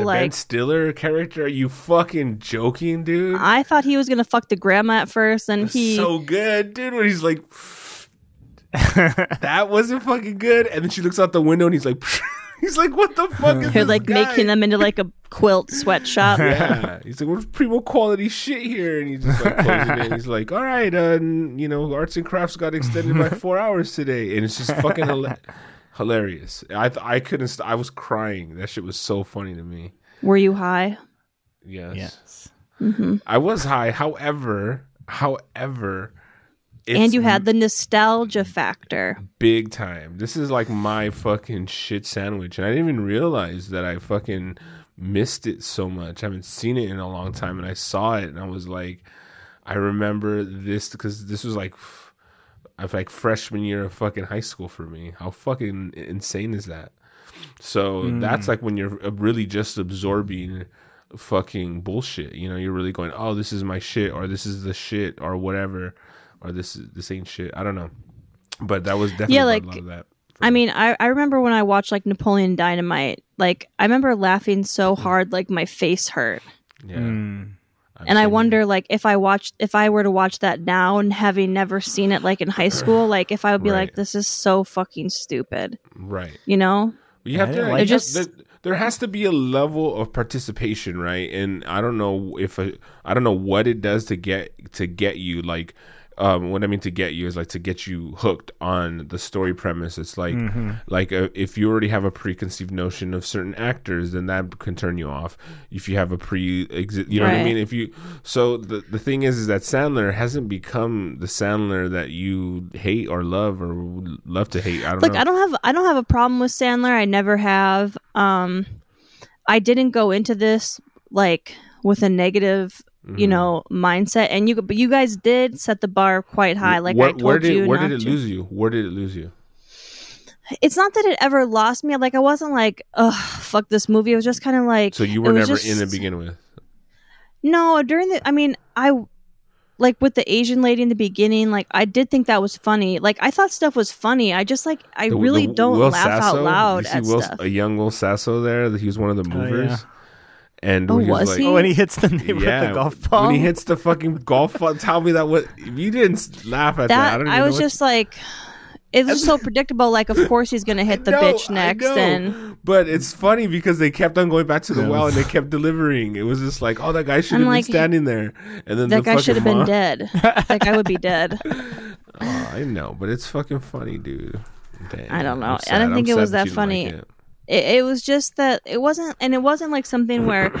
Speaker 1: the ben,
Speaker 3: like
Speaker 1: Stiller character. Are you fucking joking, dude?
Speaker 3: I thought he was gonna fuck the grandma at first, and he.
Speaker 1: so good, dude. When he's like, that wasn't fucking good, and then she looks out the window and he's like, [laughs] he's like, what the fuck is
Speaker 3: they're
Speaker 1: this
Speaker 3: like
Speaker 1: guy?
Speaker 3: making them into like a quilt
Speaker 1: [laughs]
Speaker 3: sweatshop.
Speaker 1: Yeah, he's like, "What's primo quality shit here?" And he's just like closing it. He's like, "All right, uh, n- you know, arts and crafts got extended by four hours today," and it's just fucking
Speaker 3: [laughs]
Speaker 1: hila- hilarious. I th- I couldn't. St- I was crying. That shit was so funny to me.
Speaker 3: Were you high?
Speaker 1: Yes.
Speaker 2: yes.
Speaker 1: I was high. However, however, it's
Speaker 3: and you had the nostalgia factor.
Speaker 1: big time. This is like my fucking shit sandwich, and I didn't even realize that I fucking missed it so much. I haven't seen it in a long time, and I saw it, and I was like, I remember this because this was like. f- Of like freshman year of fucking high school for me. How fucking insane is that? So that's like when you're uh, really just absorbing fucking bullshit. You know, you're really going, oh, this is my shit, or this is the shit, or whatever, or this is this ain't shit. I don't know, but that was definitely
Speaker 3: Yeah,
Speaker 1: yeah,
Speaker 3: like,
Speaker 1: a lot of that.
Speaker 3: I mean, I, I remember when I watched like Napoleon Dynamite, like I remember laughing so
Speaker 1: Mm-hmm.
Speaker 3: hard like my face hurt.
Speaker 1: Yeah,
Speaker 2: Mm.
Speaker 3: And I wonder like if I watched if I were to watch that now and having never seen it like in high school, like if I would be like,
Speaker 1: Right.
Speaker 3: This is so fucking stupid.
Speaker 1: right?
Speaker 3: You know?
Speaker 1: You have
Speaker 2: I
Speaker 1: to
Speaker 2: don't
Speaker 1: like,
Speaker 2: like
Speaker 1: you
Speaker 3: it.
Speaker 1: have-
Speaker 3: Just-
Speaker 1: there, there has to be a level of participation, right? And I don't know if I I don't know what it does to get to get you like um what I mean to get you is like to get you hooked on the story premise. It's like
Speaker 2: Mm-hmm.
Speaker 1: like uh, if you already have a preconceived notion of certain actors, then that can turn you off. If you have a pre exi- you know what I
Speaker 3: Right.
Speaker 1: mean? If you so the the thing is is that Sandler hasn't become the Sandler that you hate or love or would love to hate. I don't
Speaker 3: Like
Speaker 1: know.
Speaker 3: I don't have I don't have a problem with Sandler. I never have. Um I didn't go into this like with a negative
Speaker 1: Mm-hmm.
Speaker 3: you know mindset and you but you guys did set the bar quite high like
Speaker 1: where,
Speaker 3: i told
Speaker 1: where did,
Speaker 3: you
Speaker 1: Where
Speaker 3: not
Speaker 1: did it
Speaker 3: to.
Speaker 1: lose you? Where did it lose you?
Speaker 3: it's not that it ever lost me. Like I wasn't like, oh fuck this movie. It was just kind of like
Speaker 1: So you
Speaker 3: it
Speaker 1: were
Speaker 3: was
Speaker 1: never
Speaker 3: just-
Speaker 1: in to begin with.
Speaker 3: No, during the. I mean, I like with the Asian lady in the beginning. Like I did think that was funny. Like I thought stuff was funny. I just like I
Speaker 1: The-
Speaker 3: really
Speaker 1: the
Speaker 3: don't
Speaker 1: Will
Speaker 3: laugh
Speaker 1: Sasso,
Speaker 3: out
Speaker 1: You
Speaker 3: loud
Speaker 1: see
Speaker 3: at
Speaker 1: Will,
Speaker 3: stuff.
Speaker 1: a young Will Sasso there. He was one of the
Speaker 2: Oh, yeah.
Speaker 1: movers. And
Speaker 3: Oh,
Speaker 1: when he was,
Speaker 3: was
Speaker 1: like,
Speaker 3: he?
Speaker 2: Oh, when he hits the neighbor with
Speaker 1: Yeah,
Speaker 2: the golf ball.
Speaker 1: when he hits the fucking golf ball, tell me that what you didn't laugh at that.
Speaker 3: That
Speaker 1: don't
Speaker 3: I,
Speaker 1: even know
Speaker 3: was
Speaker 1: what-
Speaker 3: just like, It's just so predictable. Like, of course he's gonna hit the
Speaker 1: No, [laughs]
Speaker 3: bitch
Speaker 1: I
Speaker 3: next,
Speaker 1: know.
Speaker 3: and
Speaker 1: but it's funny because they kept on going back to the
Speaker 2: Yeah.
Speaker 1: well and they kept delivering. It was just like, oh, that guy should have
Speaker 3: like,
Speaker 1: been standing there, and then
Speaker 3: that
Speaker 1: the
Speaker 3: guy should have been
Speaker 1: dead.
Speaker 3: dead. Like, I
Speaker 1: [laughs]
Speaker 3: would be dead.
Speaker 1: I know, but it's fucking funny, dude. Dang,
Speaker 3: I don't know.
Speaker 1: I'm
Speaker 3: I
Speaker 1: sad.
Speaker 3: don't think
Speaker 1: I'm
Speaker 3: it was
Speaker 1: sad
Speaker 3: that
Speaker 1: you didn't
Speaker 3: funny. It, it was just that it wasn't, and it wasn't like something where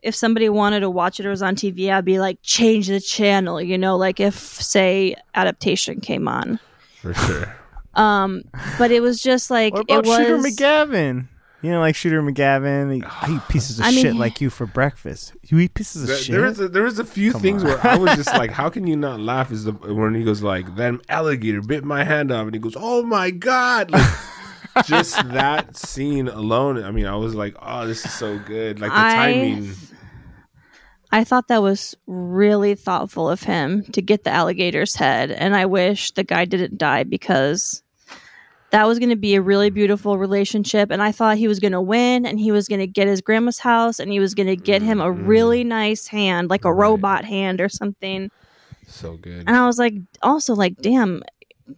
Speaker 3: if somebody wanted to watch it or was on TV, I'd be like, change the channel. You know, like if say adaptation came on.
Speaker 1: it, for
Speaker 3: [laughs]
Speaker 1: sure.
Speaker 3: Um, but it was just like
Speaker 2: What about
Speaker 3: it was.
Speaker 2: Shooter McGavin? You know, like Shooter McGavin.
Speaker 1: [sighs]
Speaker 2: I eat pieces of
Speaker 3: I mean-
Speaker 2: shit like you for breakfast. You eat pieces of
Speaker 1: There-
Speaker 2: shit.
Speaker 1: there is a, there is a few
Speaker 2: Come
Speaker 1: things
Speaker 2: on.
Speaker 1: where I was just
Speaker 3: [laughs]
Speaker 1: like, how can you not laugh? Is the when he goes like, that alligator bit my hand off, and he goes, oh my god.
Speaker 3: [laughs]
Speaker 1: Like, just that scene alone. I mean, I was like, oh, this is so good. Like the
Speaker 3: I-
Speaker 1: timing.
Speaker 3: I thought that was really thoughtful of him to get the alligator's head, and I wish the guy didn't die because that was going to be a really beautiful relationship. And I thought he was going to win, and he was going to get his grandma's house, and he was going to get him
Speaker 1: Mm-hmm.
Speaker 3: a really nice hand, like a robot hand or something.
Speaker 1: So good.
Speaker 3: And I was like, also like, damn,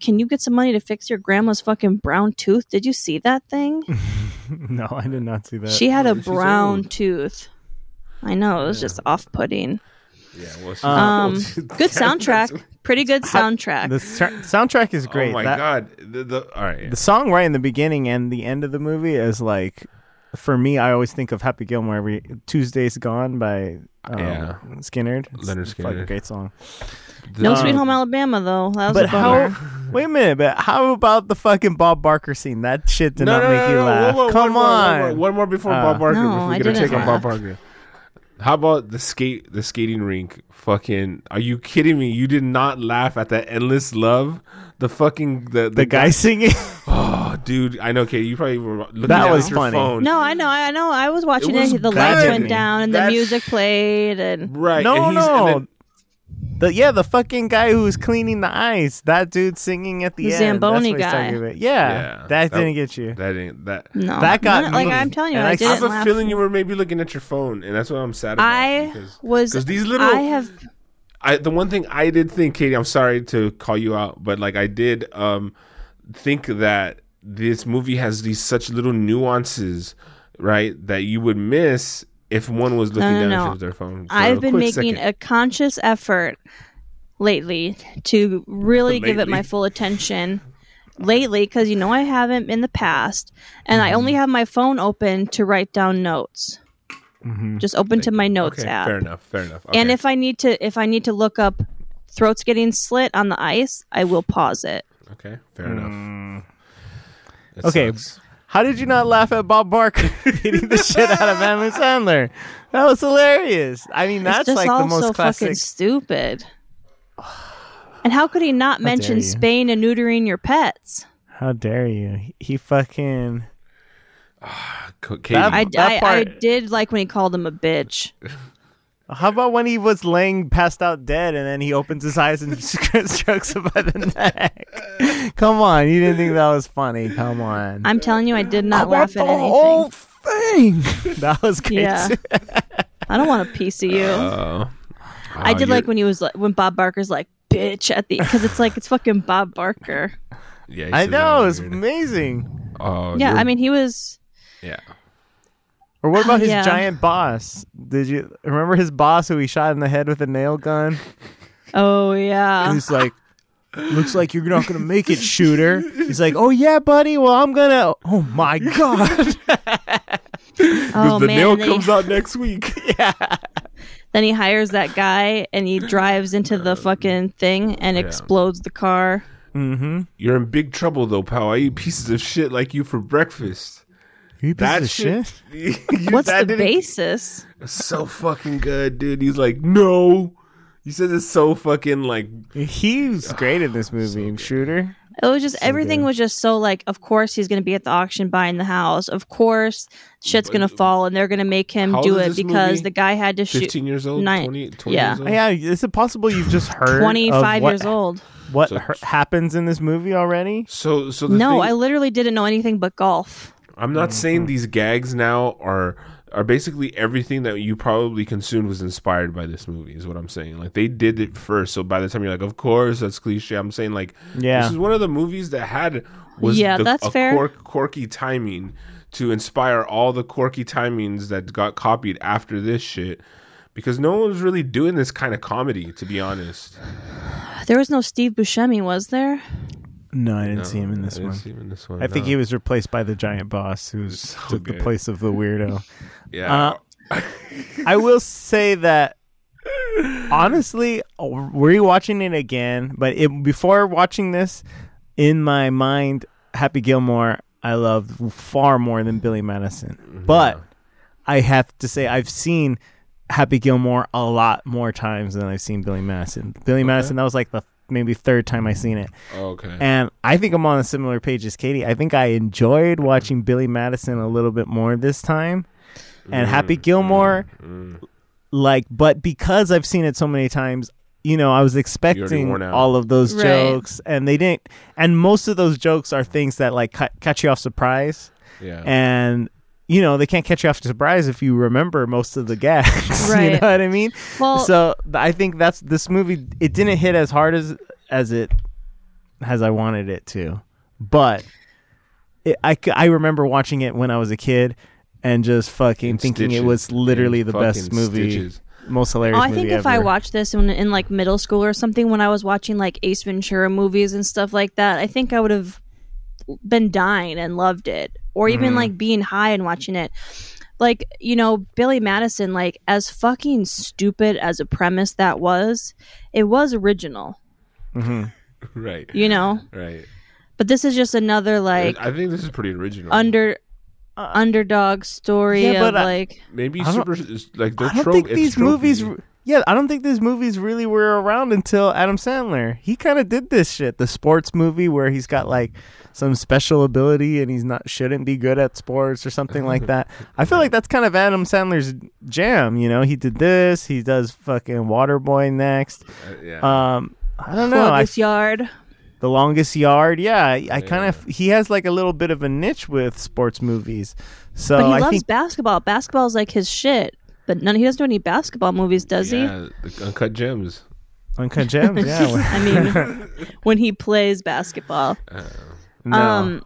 Speaker 3: can you get some money to fix your grandma's fucking brown tooth? Did you see that
Speaker 1: [laughs]
Speaker 3: thing?
Speaker 2: [laughs] no, I did not see that.
Speaker 3: she had a
Speaker 1: she's
Speaker 3: brown
Speaker 1: old.
Speaker 3: tooth. I know it was just off-putting.
Speaker 1: Yeah. Well, she's [laughs]
Speaker 3: Um,
Speaker 1: old.
Speaker 3: good soundtrack. Pretty good soundtrack.
Speaker 2: the sa- soundtrack is great.
Speaker 1: Oh my
Speaker 2: That-
Speaker 1: god. The, the, all right.
Speaker 2: The song right in the beginning and the end of the movie is like, for me, I always think of Happy Gilmore every Tuesday's Gone by um,
Speaker 1: Yeah.
Speaker 2: Skinner. It's
Speaker 1: Leonard
Speaker 2: a fucking
Speaker 1: Skynyrd.
Speaker 2: great song.
Speaker 3: no
Speaker 1: The-
Speaker 3: Sweet Home Alabama though. That was
Speaker 2: But
Speaker 3: a bummer.
Speaker 2: how? Wait a minute. But how about the fucking Bob Barker scene? That shit did
Speaker 1: No,
Speaker 2: not
Speaker 1: no,
Speaker 2: make
Speaker 1: no,
Speaker 2: you
Speaker 1: no,
Speaker 2: laugh.
Speaker 1: whoa, whoa,
Speaker 2: Come
Speaker 1: one
Speaker 2: on.
Speaker 1: More, one, more, one more before
Speaker 2: Uh,
Speaker 1: Bob Barker.
Speaker 3: No,
Speaker 1: before we
Speaker 3: I
Speaker 1: get a
Speaker 3: didn't
Speaker 1: take on Bob
Speaker 3: laugh.
Speaker 1: Barker. How about the skate, the skating rink? Fucking, are you kidding me? You did not laugh at that endless love. The fucking the the,
Speaker 2: The guy singing.
Speaker 1: Oh, dude, I know, Katie. You probably were looking
Speaker 2: That
Speaker 1: at
Speaker 2: was
Speaker 1: your
Speaker 2: funny.
Speaker 1: phone.
Speaker 3: No, I know, I know. I was watching
Speaker 1: It
Speaker 3: it.
Speaker 1: was
Speaker 3: the
Speaker 1: good.
Speaker 3: lights went
Speaker 2: That-
Speaker 3: down and the
Speaker 1: that-
Speaker 3: music played,
Speaker 1: [laughs]
Speaker 3: and
Speaker 1: right?
Speaker 2: no,
Speaker 1: and he's- and
Speaker 2: no.
Speaker 1: then-
Speaker 2: The, yeah, the fucking guy who was cleaning the ice. That dude singing at the, end.
Speaker 3: The
Speaker 2: That's
Speaker 3: Zamboni
Speaker 2: what he's
Speaker 3: guy.
Speaker 2: talking about. Yeah,
Speaker 1: Yeah,
Speaker 2: that,
Speaker 1: that-
Speaker 2: didn't get you.
Speaker 1: that ain't that.
Speaker 3: no,
Speaker 2: That got
Speaker 3: None- like
Speaker 2: me.
Speaker 3: I'm telling you,
Speaker 2: And
Speaker 1: I
Speaker 2: I-
Speaker 3: I
Speaker 1: have
Speaker 3: didn't
Speaker 1: a
Speaker 3: laugh.
Speaker 1: feeling you were maybe looking at your phone, and that's what I'm sad about.
Speaker 3: I
Speaker 1: because-
Speaker 3: was.
Speaker 1: because these little-
Speaker 3: I have.
Speaker 1: I the one thing I did think, Katie, I'm sorry to call you out, but like I did um think that this movie has these such little nuances, right, that you would miss if one was looking
Speaker 3: no,
Speaker 1: down
Speaker 3: no.
Speaker 1: at their phone. for a
Speaker 3: I've been
Speaker 1: quick
Speaker 3: making
Speaker 1: second.
Speaker 3: a conscious effort lately to really give it
Speaker 1: Lately.
Speaker 3: my full attention. Lately, because you know I haven't in the past, and I
Speaker 1: Mm-hmm.
Speaker 3: only have my phone open to write down notes. Just open to my notes
Speaker 1: Mm-hmm. okay,
Speaker 3: app.
Speaker 1: Fair enough, fair enough.
Speaker 3: And
Speaker 1: Okay.
Speaker 3: if I need to, if I need to look up throats getting slit on the ice, I will pause it.
Speaker 1: okay, fair enough. That
Speaker 2: Mm. Okay.
Speaker 1: sucks.
Speaker 2: How did you not laugh at
Speaker 1: [laughs]
Speaker 2: Bob Barker beating the shit out of Adam Sandler? That was hilarious. I mean, that's
Speaker 3: it's just
Speaker 2: like
Speaker 3: all
Speaker 2: the most
Speaker 3: so
Speaker 2: classic. [sighs]
Speaker 3: fucking stupid. And how could he
Speaker 2: dare
Speaker 3: not
Speaker 2: you.
Speaker 3: mention Spain and neutering your pets?
Speaker 2: How dare you? He- He fucking.
Speaker 1: Co- Katie,
Speaker 3: I,
Speaker 2: That
Speaker 3: I, I
Speaker 2: part-
Speaker 3: did like when he called him a bitch.
Speaker 2: How about when he was laying passed out dead and then he opens his eyes and [laughs] strokes him by the neck? Come on, you didn't think that was funny? Come on.
Speaker 3: I'm telling you, I did not laugh at anything.
Speaker 2: thing. [laughs] that was crazy.
Speaker 3: Yeah. I don't want a piece of you.
Speaker 1: uh,
Speaker 3: I
Speaker 1: wow,
Speaker 3: did like
Speaker 1: you're-
Speaker 3: when he was like when Bob Barker's like bitch at the because it's like it's fucking Bob Barker.
Speaker 1: yeah, he
Speaker 2: I
Speaker 1: said that
Speaker 2: know,
Speaker 1: was
Speaker 2: it's
Speaker 1: weird.
Speaker 2: amazing.
Speaker 1: Oh,
Speaker 3: Yeah,
Speaker 1: you're-
Speaker 3: I mean he was
Speaker 1: yeah.
Speaker 2: Or what about his
Speaker 3: Oh, Yeah.
Speaker 2: giant boss? Did you remember his boss who he shot in the head with a nail gun?
Speaker 3: oh yeah.
Speaker 2: He's like, looks like you're not gonna make it, shooter. He's like, oh yeah, buddy. Well, I'm gonna. Oh
Speaker 3: [laughs]
Speaker 2: my god.
Speaker 3: Oh man. and then, he,
Speaker 1: out next week.
Speaker 3: then he hires that guy and he drives into the fucking thing and explodes the car.
Speaker 2: mm-hmm.
Speaker 1: You're in big trouble though, pal. I eat pieces of shit like you for breakfast.
Speaker 2: You piece
Speaker 1: That
Speaker 2: of
Speaker 1: shit. [laughs]
Speaker 2: shit.
Speaker 1: you-
Speaker 3: What's
Speaker 1: that
Speaker 3: the
Speaker 1: didn't-
Speaker 3: basis?
Speaker 1: So fucking good, dude. He's like, no. He says it's so fucking like.
Speaker 2: He's great in this movie, shooter.
Speaker 3: It was just everything was just so like, of course he's gonna be at the auction buying the house. Of course shit's gonna fall and they're gonna make him
Speaker 1: How
Speaker 3: do
Speaker 1: old is
Speaker 3: it
Speaker 1: this
Speaker 3: because
Speaker 1: movie?
Speaker 3: the guy had to shoot
Speaker 1: 15 years old,
Speaker 3: Nine-
Speaker 1: 20, 20
Speaker 3: yeah.
Speaker 1: years old.
Speaker 2: Yeah, is it possible you've just heard of
Speaker 3: 25
Speaker 2: what-
Speaker 3: years old.
Speaker 2: What
Speaker 1: So-
Speaker 2: her- happens in this movie already?
Speaker 1: So, so the
Speaker 3: No,
Speaker 1: thing,
Speaker 3: I literally didn't know anything but golf.
Speaker 1: I'm
Speaker 2: Mm-hmm.
Speaker 1: not saying these gags now are are basically everything that you probably consumed was inspired by this movie. Is what I'm saying. Like they did it first, so by the time you're like, of course that's cliche. I'm saying like,
Speaker 2: Yeah.
Speaker 1: this is one of the movies that had was
Speaker 3: Yeah,
Speaker 1: the-
Speaker 3: that's
Speaker 1: a
Speaker 3: fair.
Speaker 1: quirk- quirky timing to inspire all the quirky timings that got copied after this shit. Because no one was really doing this kind of comedy, to be honest.
Speaker 3: There was no Steve Buscemi, was there?
Speaker 2: No, I didn't see him in
Speaker 1: I
Speaker 2: this
Speaker 1: didn't
Speaker 2: one.
Speaker 1: see him in this one.
Speaker 2: I think
Speaker 1: no.
Speaker 2: he was replaced by the giant boss, who took the
Speaker 1: good.
Speaker 2: place of
Speaker 1: [laughs]
Speaker 2: the weirdo.
Speaker 1: Yeah.
Speaker 2: uh, I will say that honestly, rewatching it again, but it, before watching this, in my mind, Happy Gilmore I loved far more than Billy Madison.
Speaker 1: Mm-hmm.
Speaker 2: But I have to say I've seen Happy Gilmore a lot more times than I've seen Billy Madison. Billy Madison that was like the maybe third time I seen it.
Speaker 1: okay.
Speaker 2: And I think I'm on a similar page as Katie. I think I enjoyed watching Billy Madison a little bit more this time.
Speaker 1: Mm,
Speaker 2: And Happy Gilmore, like, but because I've seen it so many times, you know, I was expecting
Speaker 1: worn out.
Speaker 2: all of those
Speaker 3: Right.
Speaker 2: jokes, and they didn't. And most of those jokes are things that, like, ca- catch you off surprise.
Speaker 1: yeah.
Speaker 2: And, you know, they can't catch you off surprise if you remember most of the gags. [laughs] you
Speaker 3: Right.
Speaker 2: know what I mean?
Speaker 3: Well,
Speaker 2: so th- I think that's this movie. It didn't hit as hard as as it as I wanted it to, but it, I c- I remember watching it when I was a kid and just fucking thinking
Speaker 1: Stitches.
Speaker 2: it was literally
Speaker 1: And
Speaker 2: the best
Speaker 1: fucking
Speaker 2: movie,
Speaker 1: Stitches.
Speaker 2: most hilarious.
Speaker 3: Oh, I
Speaker 2: movie
Speaker 3: think if I
Speaker 2: ever.
Speaker 3: watched this in, in like middle school or something, when I was watching like Ace Ventura movies and stuff like that, I think I would have been dying and loved it, or even
Speaker 2: Mm-hmm.
Speaker 3: like being high and watching it. Like you know, Billy Madison, like as fucking stupid as a premise that was, it was original,
Speaker 1: Right.
Speaker 3: you know.
Speaker 1: Right.
Speaker 3: But this is just another like
Speaker 1: I think this is pretty original.
Speaker 3: under uh, underdog story
Speaker 2: Yeah,
Speaker 3: of
Speaker 2: but I-
Speaker 3: like
Speaker 1: Maybe
Speaker 2: I don't-
Speaker 1: super is- like the
Speaker 2: I don't
Speaker 1: trope.
Speaker 2: think
Speaker 1: it's
Speaker 2: these
Speaker 1: tropey.
Speaker 2: movies. re- Yeah, I don't think these movies really were around until Adam Sandler. He kind of did this shit, the sports movie where he's got like some special ability and he's not shouldn't be good at sports or something like that. I feel like that's kind of Adam Sandler's jam. You know, he did this. He does fucking Waterboy next.
Speaker 1: Uh, yeah.
Speaker 2: Um, I don't know. I,
Speaker 3: Columbus Yard.
Speaker 2: the longest yard. Yeah, I, I kind of he has like a little bit of a niche with sports movies. So
Speaker 3: But he
Speaker 2: I
Speaker 3: loves
Speaker 2: think
Speaker 3: basketball. Basketball's like his shit. But none he doesn't do any basketball movies, does he?
Speaker 1: yeah, the uncut gems.
Speaker 2: Uncut Gems.
Speaker 3: [laughs]
Speaker 2: Yeah.
Speaker 3: I
Speaker 2: [laughs]
Speaker 3: mean, [laughs] when he plays basketball.
Speaker 2: no.
Speaker 3: Um,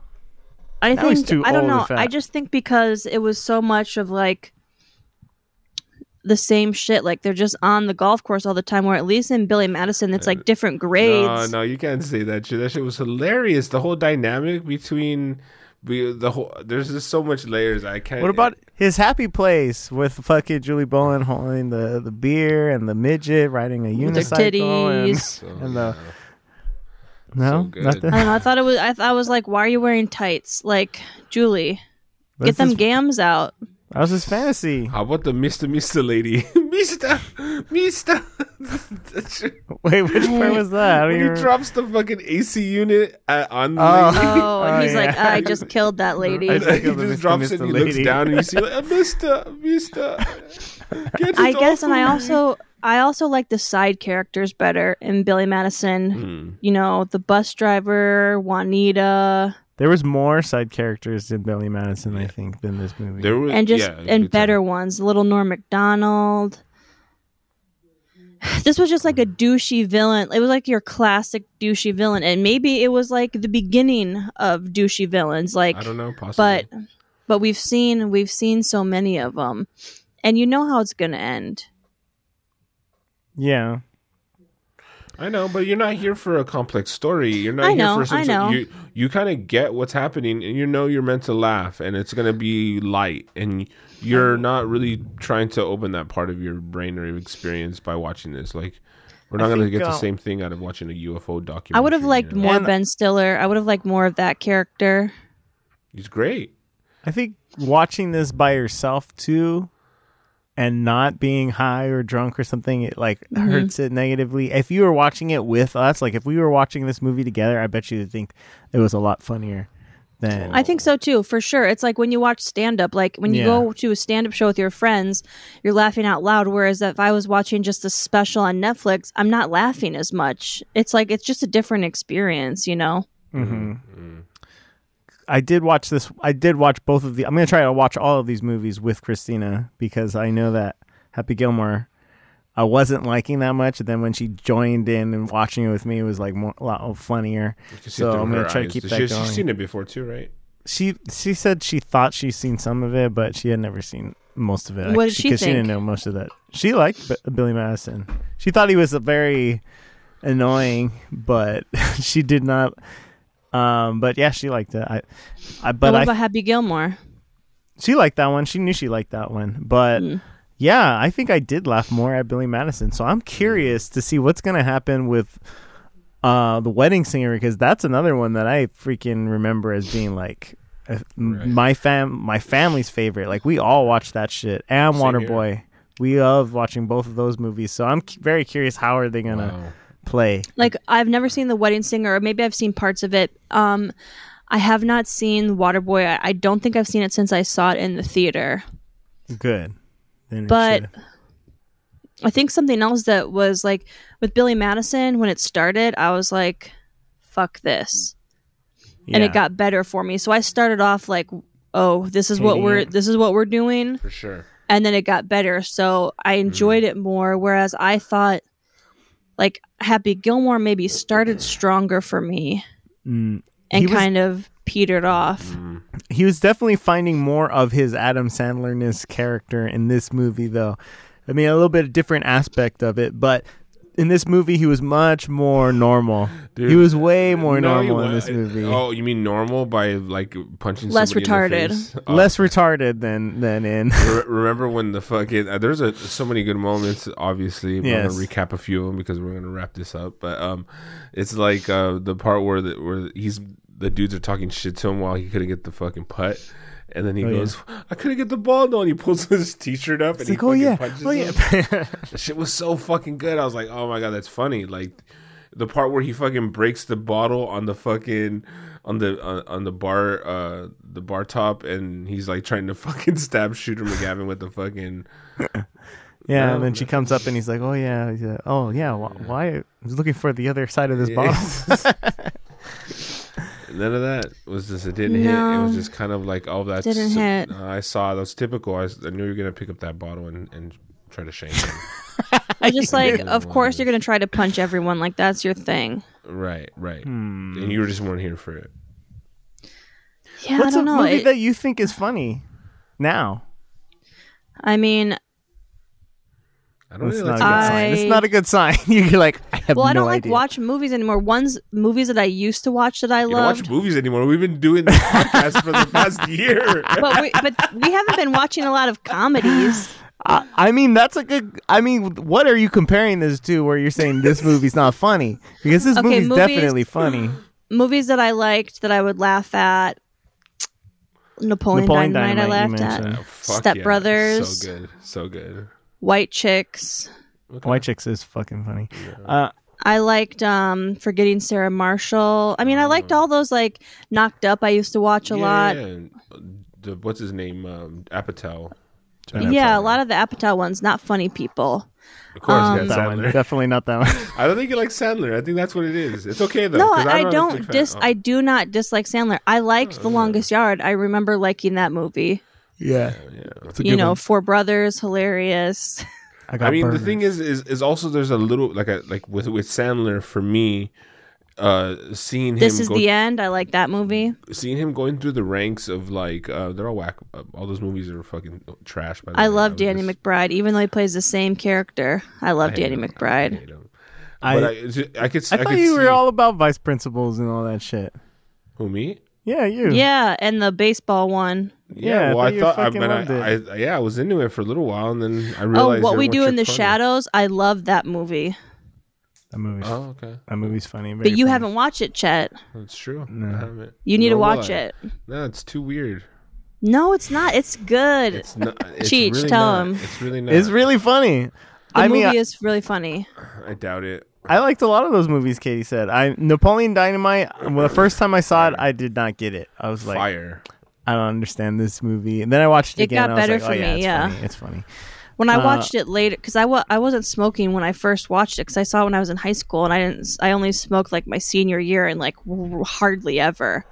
Speaker 3: I
Speaker 2: Now he's
Speaker 3: think
Speaker 2: too
Speaker 3: I don't
Speaker 2: old and
Speaker 3: know.
Speaker 2: fat.
Speaker 3: I just think because it was so much of like the same shit. Like they're just on the golf course all the time. Where at least in Billy Madison, it's like different grades.
Speaker 1: Uh, No, no, you can't say that shit. That shit was hilarious. The whole dynamic between be- the whole. There's just so much layers. I can't.
Speaker 2: What about his happy place with fucking Julie Bowen holding the, the beer and the midget riding a
Speaker 3: With their
Speaker 2: unicycle? and-
Speaker 3: titties.
Speaker 1: So,
Speaker 2: [laughs] and the-
Speaker 1: yeah. so
Speaker 2: no,
Speaker 1: good.
Speaker 2: nothing.
Speaker 3: I don't know. I thought it was. I, th- I was like, why are you wearing tights? Like, Julie,
Speaker 2: That's
Speaker 3: get them
Speaker 2: his-
Speaker 3: gams out.
Speaker 2: That was his fantasy. [laughs]
Speaker 1: How about the Mister Mister lady? [laughs] Mister Mister. [laughs] That shit-
Speaker 2: Wait, which part was that? I don't
Speaker 1: when he
Speaker 2: even-
Speaker 1: drops the fucking AC unit uh, on the
Speaker 2: Oh. [laughs]
Speaker 1: lady.
Speaker 3: [laughs] Oh, and
Speaker 2: Oh,
Speaker 3: he's like,
Speaker 2: yeah.
Speaker 3: I just killed
Speaker 2: [laughs]
Speaker 3: that lady.
Speaker 2: I
Speaker 1: [laughs] he
Speaker 2: think of the
Speaker 1: just
Speaker 2: Mr.
Speaker 1: drops
Speaker 2: Mr.
Speaker 1: it and he looks
Speaker 2: lady.
Speaker 1: down and you see like,
Speaker 2: [laughs]
Speaker 1: "Uh, Mister, Mister. get it
Speaker 3: I guess,
Speaker 1: off
Speaker 3: and
Speaker 1: of
Speaker 3: I
Speaker 1: me."
Speaker 3: also I also like the side characters better in Billy Madison.
Speaker 1: Hmm.
Speaker 3: You know, the bus driver, Juanita,
Speaker 2: there was more side characters in Billy Madison, I think, than this movie.
Speaker 1: There was
Speaker 3: and just
Speaker 1: yeah,
Speaker 3: and
Speaker 1: big time.
Speaker 3: better ones, little Norm Macdonald. [sighs] This was just like a douchey villain. It was like your classic douchey villain, and maybe it was like the beginning of douchey villains. Like
Speaker 1: I don't know, possibly.
Speaker 3: but but we've seen we've seen so many of them and you know how it's gonna end
Speaker 2: yeah.
Speaker 1: I know, but you're not here for a complex story. You're not
Speaker 3: I
Speaker 1: here
Speaker 3: know,
Speaker 1: for some
Speaker 3: I
Speaker 1: sort-
Speaker 3: know.
Speaker 1: you you kind of get what's happening and you know you're meant to laugh and it's going to be light and you're not really trying to open that part of your brain or experience by watching this. Like we're not
Speaker 2: I
Speaker 1: going to
Speaker 2: think,
Speaker 1: get the
Speaker 2: uh,
Speaker 1: same thing out of watching a UFO documentary.
Speaker 3: i would have liked
Speaker 1: you know?
Speaker 3: more
Speaker 2: And-
Speaker 3: ben stiller i would have liked more of that character
Speaker 1: He's great.
Speaker 2: I think watching this by yourself too and not being high or drunk or something it like hurts it negatively. If you were watching it with us, like if we were watching this movie together, I bet you would think it was a lot funnier than
Speaker 3: i think so too for sure it's like when you watch stand up like when you
Speaker 2: Yeah.
Speaker 3: go to a stand up show with your friends you're laughing out loud whereas if i was watching just a special on netflix i'm not laughing as much it's like it's just a different experience you know
Speaker 2: I did watch this. I did watch both of the. I'm gonna try to watch all of these movies with Christina because I know that Happy Gilmore, I wasn't liking that much. And then when she joined in and watching it with me, it was like more, a lot funnier.
Speaker 1: You can see
Speaker 2: So
Speaker 1: through
Speaker 2: I'm gonna
Speaker 1: her
Speaker 2: try to
Speaker 1: eyes.
Speaker 2: keep
Speaker 1: She-
Speaker 2: that
Speaker 1: she's,
Speaker 2: going.
Speaker 1: seen it before too, right?
Speaker 2: she she said she thought she'd seen some of it, but she had never seen most of it.
Speaker 3: What
Speaker 2: actually,
Speaker 3: did she
Speaker 2: 'cause she didn't
Speaker 3: think?
Speaker 2: know most of that. She liked B- Billy Madison. She thought he was a very annoying, but [laughs] she did not. Um, but yeah, she liked it. I, I
Speaker 3: But
Speaker 2: but
Speaker 3: what
Speaker 2: I
Speaker 3: about Happy Gilmore?
Speaker 2: she liked that one. She knew she liked that one, but.
Speaker 3: Mm.
Speaker 2: Yeah, I think I did laugh more at Billy Madison. So I'm curious to see what's going to happen with uh, the wedding singer because that's another one that I freaking remember as being like uh, m
Speaker 1: Right.
Speaker 2: my fam my family's favorite. Like we all watch that shit and
Speaker 1: Same here.
Speaker 2: Waterboy. We love watching both of those movies. So I'm c- very curious how are they going to
Speaker 1: Wow.
Speaker 2: play?
Speaker 3: Like I've never seen The Wedding Singer, or maybe I've seen parts of it. Um, I have not seen Waterboy. I, I don't think I've seen it since I saw it in the theater.
Speaker 2: Good. Then it
Speaker 3: But
Speaker 2: should-
Speaker 3: I think something else that was like with Billy Madison when it started, I was like, "Fuck this," and
Speaker 2: yeah.
Speaker 3: it got better for me. So I started off like, "Oh, this is what
Speaker 2: Hating
Speaker 3: we're
Speaker 2: it.
Speaker 3: this is what we're doing,"
Speaker 1: For sure.
Speaker 3: and then it got better. So I
Speaker 2: Mm.
Speaker 3: enjoyed it more. Whereas I thought, like Happy Gilmore maybe started stronger for me
Speaker 2: Mm. He
Speaker 3: and
Speaker 2: was- Mm.
Speaker 3: kind of petered off.
Speaker 2: he was definitely finding more of his Adam Sandler-ness character in this movie, though. I mean, a little bit different aspect of it, but in this movie, he was much more normal.
Speaker 1: Dude, Uh,
Speaker 2: he was way more
Speaker 1: No, you
Speaker 2: normal in
Speaker 1: wa-
Speaker 2: this movie.
Speaker 1: Oh, you mean normal by like punching
Speaker 3: Less
Speaker 1: somebody in the
Speaker 3: retarded.
Speaker 1: face? Oh,
Speaker 2: Less retarded than than in. [laughs]
Speaker 1: re- remember when the fucking uh, there's a so many good moments. Obviously, we're
Speaker 2: Yes.
Speaker 1: gonna recap a few of them because we're gonna wrap this up. But um, it's like uh the part where the, where he's the dudes are talking shit to him while he couldn't get the fucking putt. And then he
Speaker 2: Oh, yeah.
Speaker 1: goes, "I couldn't get the ball." No, and he pulls his t-shirt up and
Speaker 2: It's
Speaker 1: he
Speaker 2: like, oh
Speaker 1: fucking
Speaker 2: yeah,
Speaker 1: punches
Speaker 2: oh
Speaker 1: him.
Speaker 2: yeah.
Speaker 1: The shit was so fucking good. I was like, oh my god, that's funny. Like the part where he fucking breaks the bottle on the fucking on the on, on the bar uh the bar top and he's like trying to [laughs] fucking stab shooter McGavin with the fucking
Speaker 2: [laughs] yeah,
Speaker 1: No,
Speaker 2: and then she comes up and he's like, "Oh yeah, yeah. oh yeah, wh- why?" I was looking for the other side of
Speaker 1: [laughs]
Speaker 2: this bottle.
Speaker 1: None of that was just it didn't hit. It
Speaker 3: No.
Speaker 1: was just kind of like oh that's
Speaker 3: Didn't hit.
Speaker 1: Uh, I saw that was typical. I, was- I knew you were gonna pick up that bottle and, and try to shank
Speaker 3: [laughs]
Speaker 1: him.
Speaker 2: [laughs]
Speaker 3: I just like,
Speaker 1: Yeah.
Speaker 3: of course, you're gonna try to punch everyone. Like that's your thing.
Speaker 1: right, right.
Speaker 2: Hmm.
Speaker 1: And you were just weren't here for it.
Speaker 3: Yeah,
Speaker 2: What's
Speaker 3: I don't
Speaker 2: a
Speaker 3: know.
Speaker 2: movie
Speaker 3: It-
Speaker 2: that you think is funny now?
Speaker 3: I mean,
Speaker 1: I don't
Speaker 2: It's
Speaker 1: really
Speaker 2: not a
Speaker 1: like
Speaker 2: good
Speaker 1: that.
Speaker 3: I-
Speaker 2: sign. It's not a good sign. [laughs] You're like, I have
Speaker 3: well, I
Speaker 2: no
Speaker 3: don't like
Speaker 2: idea.
Speaker 3: watch movies anymore. One's movies that I used to watch that I
Speaker 1: You don't
Speaker 3: loved.
Speaker 1: watch movies anymore. We've been doing this podcast for
Speaker 3: [laughs]
Speaker 1: the past year.
Speaker 3: but we,
Speaker 1: [laughs]
Speaker 3: but we haven't been watching a lot of comedies.
Speaker 2: I, I mean, that's a good. I mean, what are you comparing this to? Where you're saying
Speaker 1: [laughs]
Speaker 2: this movie's not funny because this
Speaker 3: Okay,
Speaker 2: movie's
Speaker 3: movies- Mm.
Speaker 2: definitely funny.
Speaker 3: Movies that I liked that I would laugh at. Napoleon,
Speaker 2: Napoleon Dynamite,
Speaker 3: Dynamite,
Speaker 2: you
Speaker 3: I laughed
Speaker 2: mentioned.
Speaker 3: at.
Speaker 1: Oh, fuck
Speaker 3: Step
Speaker 1: yeah.
Speaker 3: Brothers.
Speaker 1: So good. So good.
Speaker 3: White Chicks.
Speaker 2: White Chicks is fucking funny. Uh,
Speaker 3: I liked um Forgetting Sarah Marshall. I mean, I liked all those like Knocked Up. I used to watch a
Speaker 1: Oh. Yeah,
Speaker 3: lot.
Speaker 1: yeah,
Speaker 3: Yeah,
Speaker 1: and, uh, The, what's his name? Um, Apatow.
Speaker 3: a lot of the Apatow ones. Not funny people.
Speaker 1: Of course,
Speaker 3: Um,
Speaker 1: yeah,
Speaker 2: that one,
Speaker 1: Sandler.
Speaker 2: definitely not that one.
Speaker 1: I don't think you like Sandler. I think that's what it is. It's okay though.
Speaker 3: No,
Speaker 1: 'cause
Speaker 3: I, I
Speaker 1: I'm not a big
Speaker 3: don't
Speaker 1: fan.
Speaker 3: dis.
Speaker 1: Oh,
Speaker 3: I do not dislike Sandler. I liked The Longest Yard. I remember liking that movie.
Speaker 2: yeah,
Speaker 1: [laughs] yeah.
Speaker 2: It's a
Speaker 3: You
Speaker 2: good
Speaker 3: know,
Speaker 2: one.
Speaker 3: Four Brothers, hilarious.
Speaker 2: got
Speaker 1: I mean,
Speaker 2: burned.
Speaker 1: the thing is, is, is also there's a little like a, like with with Sandler for me, uh, seeing
Speaker 3: this
Speaker 1: him
Speaker 3: is
Speaker 1: go
Speaker 3: the end. I like that movie.
Speaker 1: seeing him going through the ranks of like uh, they're all whack. uh, All those movies are fucking trash. By the
Speaker 3: I
Speaker 1: way.
Speaker 3: love
Speaker 1: was
Speaker 3: Danny
Speaker 1: just-
Speaker 3: McBride, even though he plays the same character. I love
Speaker 1: hate
Speaker 3: Danny
Speaker 1: him. I
Speaker 3: McBride.
Speaker 1: hate him.
Speaker 2: I-
Speaker 1: but I, it's ju- I could. s-
Speaker 2: I
Speaker 1: I
Speaker 2: thought
Speaker 1: could
Speaker 2: you
Speaker 1: see-
Speaker 2: were all about vice principals and all that shit.
Speaker 1: Who me?
Speaker 2: Yeah, you.
Speaker 3: Yeah, and the baseball one.
Speaker 2: Yeah, I
Speaker 1: well,
Speaker 2: thought
Speaker 1: I
Speaker 2: you
Speaker 1: thought I,
Speaker 2: fucking
Speaker 1: mean,
Speaker 2: loved
Speaker 1: I, I, yeah, I was into it for a little while, and then I realized
Speaker 3: Oh, what we
Speaker 1: everyone
Speaker 3: do in the
Speaker 1: tripped funny.
Speaker 3: shadows. I love that movie,
Speaker 2: that movie's
Speaker 1: Oh, okay,
Speaker 2: that movie's funny.
Speaker 3: but you haven't watched it, Chet.
Speaker 1: that's true.
Speaker 2: No.
Speaker 1: I haven't.
Speaker 3: You
Speaker 1: Nor
Speaker 3: need to
Speaker 1: will
Speaker 3: watch
Speaker 1: I.
Speaker 3: it.
Speaker 1: No, it's too weird.
Speaker 3: No, it's not. It's good. [laughs]
Speaker 1: It's not. It's
Speaker 3: Cheech,
Speaker 1: really
Speaker 3: tell
Speaker 1: not.
Speaker 3: him.
Speaker 1: It's really not.
Speaker 2: It's really funny.
Speaker 3: the
Speaker 2: I
Speaker 3: movie
Speaker 2: mean, I-
Speaker 3: is really funny.
Speaker 1: I doubt it.
Speaker 2: I liked a lot of those movies. Katie said, "I Napoleon Dynamite." Well, the first time I saw it, I did not get it. I was like,
Speaker 1: Fire.
Speaker 2: I don't understand this movie. And then I watched it,
Speaker 3: It
Speaker 2: again.
Speaker 3: got
Speaker 2: I was
Speaker 3: better
Speaker 2: like,
Speaker 3: for
Speaker 2: oh, yeah,
Speaker 3: me,
Speaker 2: It's
Speaker 3: yeah.
Speaker 2: funny. It's funny.
Speaker 3: When I
Speaker 2: Uh,
Speaker 3: watched it later, because I wa- I wasn't smoking when I first watched it, because I saw it when I was in high school, and I didn't. I only smoked like my senior year and like w- hardly ever.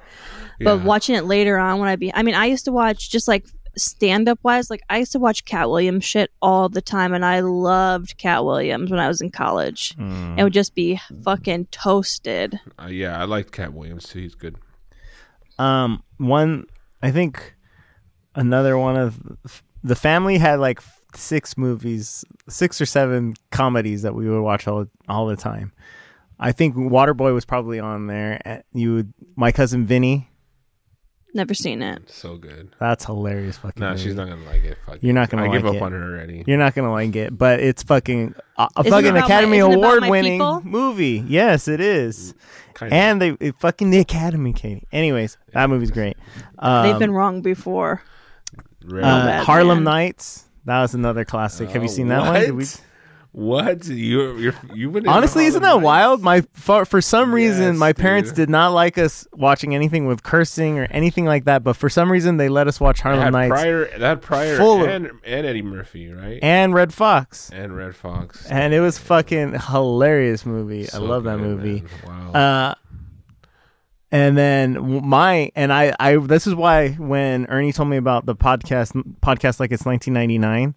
Speaker 3: But
Speaker 1: Yeah.
Speaker 3: watching it later on when I be I mean, I used to watch just like stand up wise, like I used to watch Cat Williams shit all the time and I loved Cat Williams when I was in college.
Speaker 2: Mm.
Speaker 3: It would just be fucking toasted.
Speaker 1: Uh, yeah, I liked Cat Williams too. He's good.
Speaker 2: Um, one, I think another one of the family had like f- six movies, six or seven comedies that we would watch all all the time. I think Waterboy was probably on there. and You would, my cousin Vinny.
Speaker 3: Never seen it.
Speaker 1: So good.
Speaker 2: That's hilarious. Fucking.
Speaker 1: No, nah,
Speaker 2: movie.
Speaker 1: she's not gonna like it. Fuck
Speaker 2: Mm-hmm. You're
Speaker 1: it.
Speaker 2: not gonna
Speaker 1: I give
Speaker 2: like
Speaker 1: up
Speaker 2: it.
Speaker 1: on her already.
Speaker 2: You're not gonna like it, but it's fucking a, a
Speaker 3: Isn't it
Speaker 2: fucking
Speaker 3: about my-
Speaker 2: Academy
Speaker 3: isn't it about
Speaker 2: Award
Speaker 3: my
Speaker 2: winning
Speaker 3: people?
Speaker 2: movie. Yes, it is.
Speaker 1: Kind
Speaker 2: And they it fucking the Academy, Katie. Anyways, that movie's great. Um,
Speaker 3: They've been wrong before.
Speaker 1: of rare.
Speaker 2: Uh,
Speaker 3: bad
Speaker 2: Harlem
Speaker 3: man.
Speaker 2: Nights. That was another classic. Have you
Speaker 1: Oh,
Speaker 2: seen that one? Did we-
Speaker 1: what? What you you you been in
Speaker 2: [laughs] Honestly, isn't that
Speaker 1: Harlem Nights?
Speaker 2: wild? My for, for some reason,
Speaker 1: Yes,
Speaker 2: my parents
Speaker 1: dude.
Speaker 2: did not like us watching anything with cursing or anything like that. But for some reason, they let us watch
Speaker 1: That
Speaker 2: Harlem
Speaker 1: had
Speaker 2: Nights
Speaker 1: prior that had prior
Speaker 2: Full of-
Speaker 1: and and Eddie Murphy, right? And,
Speaker 2: and Red Fox,
Speaker 1: Red Fox.
Speaker 2: and it was fucking hilarious movie. I
Speaker 1: So
Speaker 2: love that
Speaker 1: good,
Speaker 2: movie.
Speaker 1: man. Wow.
Speaker 2: Uh, and then w- my and I, I this is why when Ernie told me about the podcast podcast like it's 1999,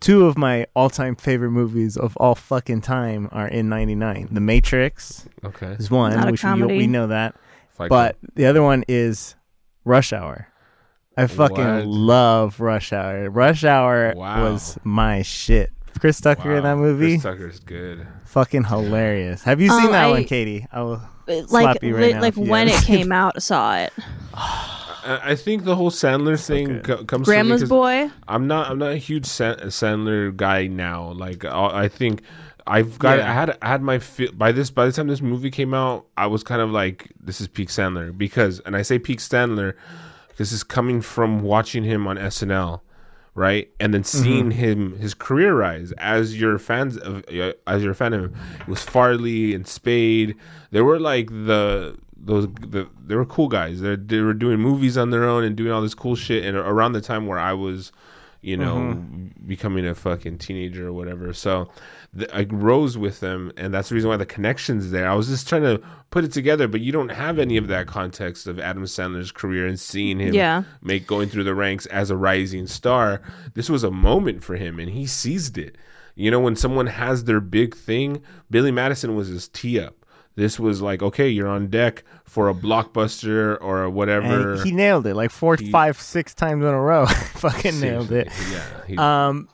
Speaker 2: two of my all time favorite movies of all fucking time are in 99. The Matrix
Speaker 1: okay.
Speaker 2: is one,
Speaker 3: Not a
Speaker 2: which we, we
Speaker 3: comedy.
Speaker 2: know that,
Speaker 1: Fight
Speaker 2: but
Speaker 1: Club.
Speaker 2: the other one is Rush Hour. I fucking
Speaker 1: What?
Speaker 2: love Rush Hour. Rush Hour
Speaker 1: Wow.
Speaker 2: was my shit. Chris Tucker in
Speaker 1: Wow.
Speaker 2: that movie,
Speaker 1: Chris Tucker's good.
Speaker 2: fucking hilarious. Have you seen
Speaker 3: Oh,
Speaker 2: that
Speaker 3: I-
Speaker 2: one, Katie? I will.
Speaker 3: But,
Speaker 2: Slap
Speaker 3: Like
Speaker 2: you right
Speaker 3: lit-
Speaker 2: now if
Speaker 3: like
Speaker 2: you
Speaker 3: when it
Speaker 2: haven't.
Speaker 3: came out, saw it.
Speaker 1: I, I think the whole Sandler thing co- comes
Speaker 3: Grandma's
Speaker 1: to me 'cause
Speaker 3: boy.
Speaker 1: I'm not I'm not a huge Sa- Sandler guy now. Like uh, I I think I've got
Speaker 2: Yeah.
Speaker 1: I had I had my fi- by this by the time this movie came out, I was kind of like this is peak Sandler because and I say peak Sandler this is coming from watching him on SNL, right? And then seeing him his career rise as your fans of uh, as your fan of him it was Farley and Spade. They were like the those the, they were cool guys. They they were doing movies on their own and doing all this cool shit. And around the time where I was, you know, becoming a fucking teenager or whatever, so th- I rose with them, and that's the reason why the connections there. I was just trying to put it together, but you don't have any of that context of Adam Sandler's career and seeing him
Speaker 3: Yeah.
Speaker 1: make going through the ranks as a rising star. This was a moment for him, and he seized it. You know, when someone has their big thing, Billy Madison was his tee up. This was like, okay, you're on deck for a blockbuster or a whatever.
Speaker 2: And he nailed it like four, five, six times in a row. [laughs] Fucking nailed
Speaker 1: Seriously,
Speaker 2: it.
Speaker 1: Yeah, he-
Speaker 2: Um,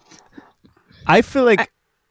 Speaker 2: I feel like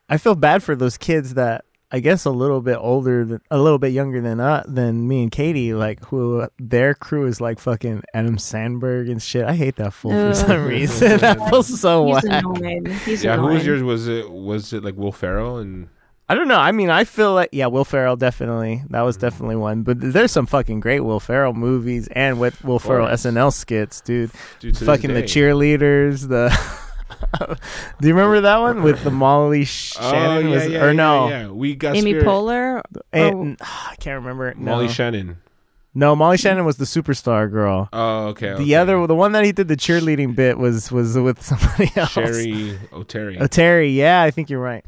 Speaker 2: I feel bad for those kids that I guess a little bit older, than, a little bit younger than uh, than me and Katie, like who their crew is like fucking Adam Sandberg and shit. I hate that fool for
Speaker 3: Ugh.
Speaker 2: some reason. [laughs] that feels so
Speaker 3: He's
Speaker 2: whack.
Speaker 3: annoying.
Speaker 2: [laughs]
Speaker 3: He's
Speaker 1: yeah. Who
Speaker 3: annoying.
Speaker 1: was yours? Was it was it like Will Ferrell and
Speaker 2: I don't know. I mean, I feel like yeah, Will Ferrell definitely. That
Speaker 1: Mm-hmm.
Speaker 2: was definitely one. But there's some fucking great Will Ferrell movies and with Will Ferrell
Speaker 1: course.
Speaker 2: SNL skits, dude.
Speaker 1: dude, to this
Speaker 2: fucking the
Speaker 1: day?
Speaker 2: cheerleaders. The [laughs] do you remember that one with
Speaker 1: [laughs]
Speaker 2: the Molly Sh- Shannon? was- or no,
Speaker 1: Oh, yeah, yeah. we got
Speaker 3: Amy
Speaker 1: Spirit.
Speaker 3: Poehler. Oh,
Speaker 2: And- ah, I can't remember. No.
Speaker 1: Molly Shannon.
Speaker 2: no, Molly Shannon was the superstar girl.
Speaker 1: Oh, okay. okay.
Speaker 2: The other, the one that he did the cheerleading bit was was with somebody [laughs] else.
Speaker 1: Sherry O'Terry.
Speaker 2: Oh, Terry. Yeah, I think you're right.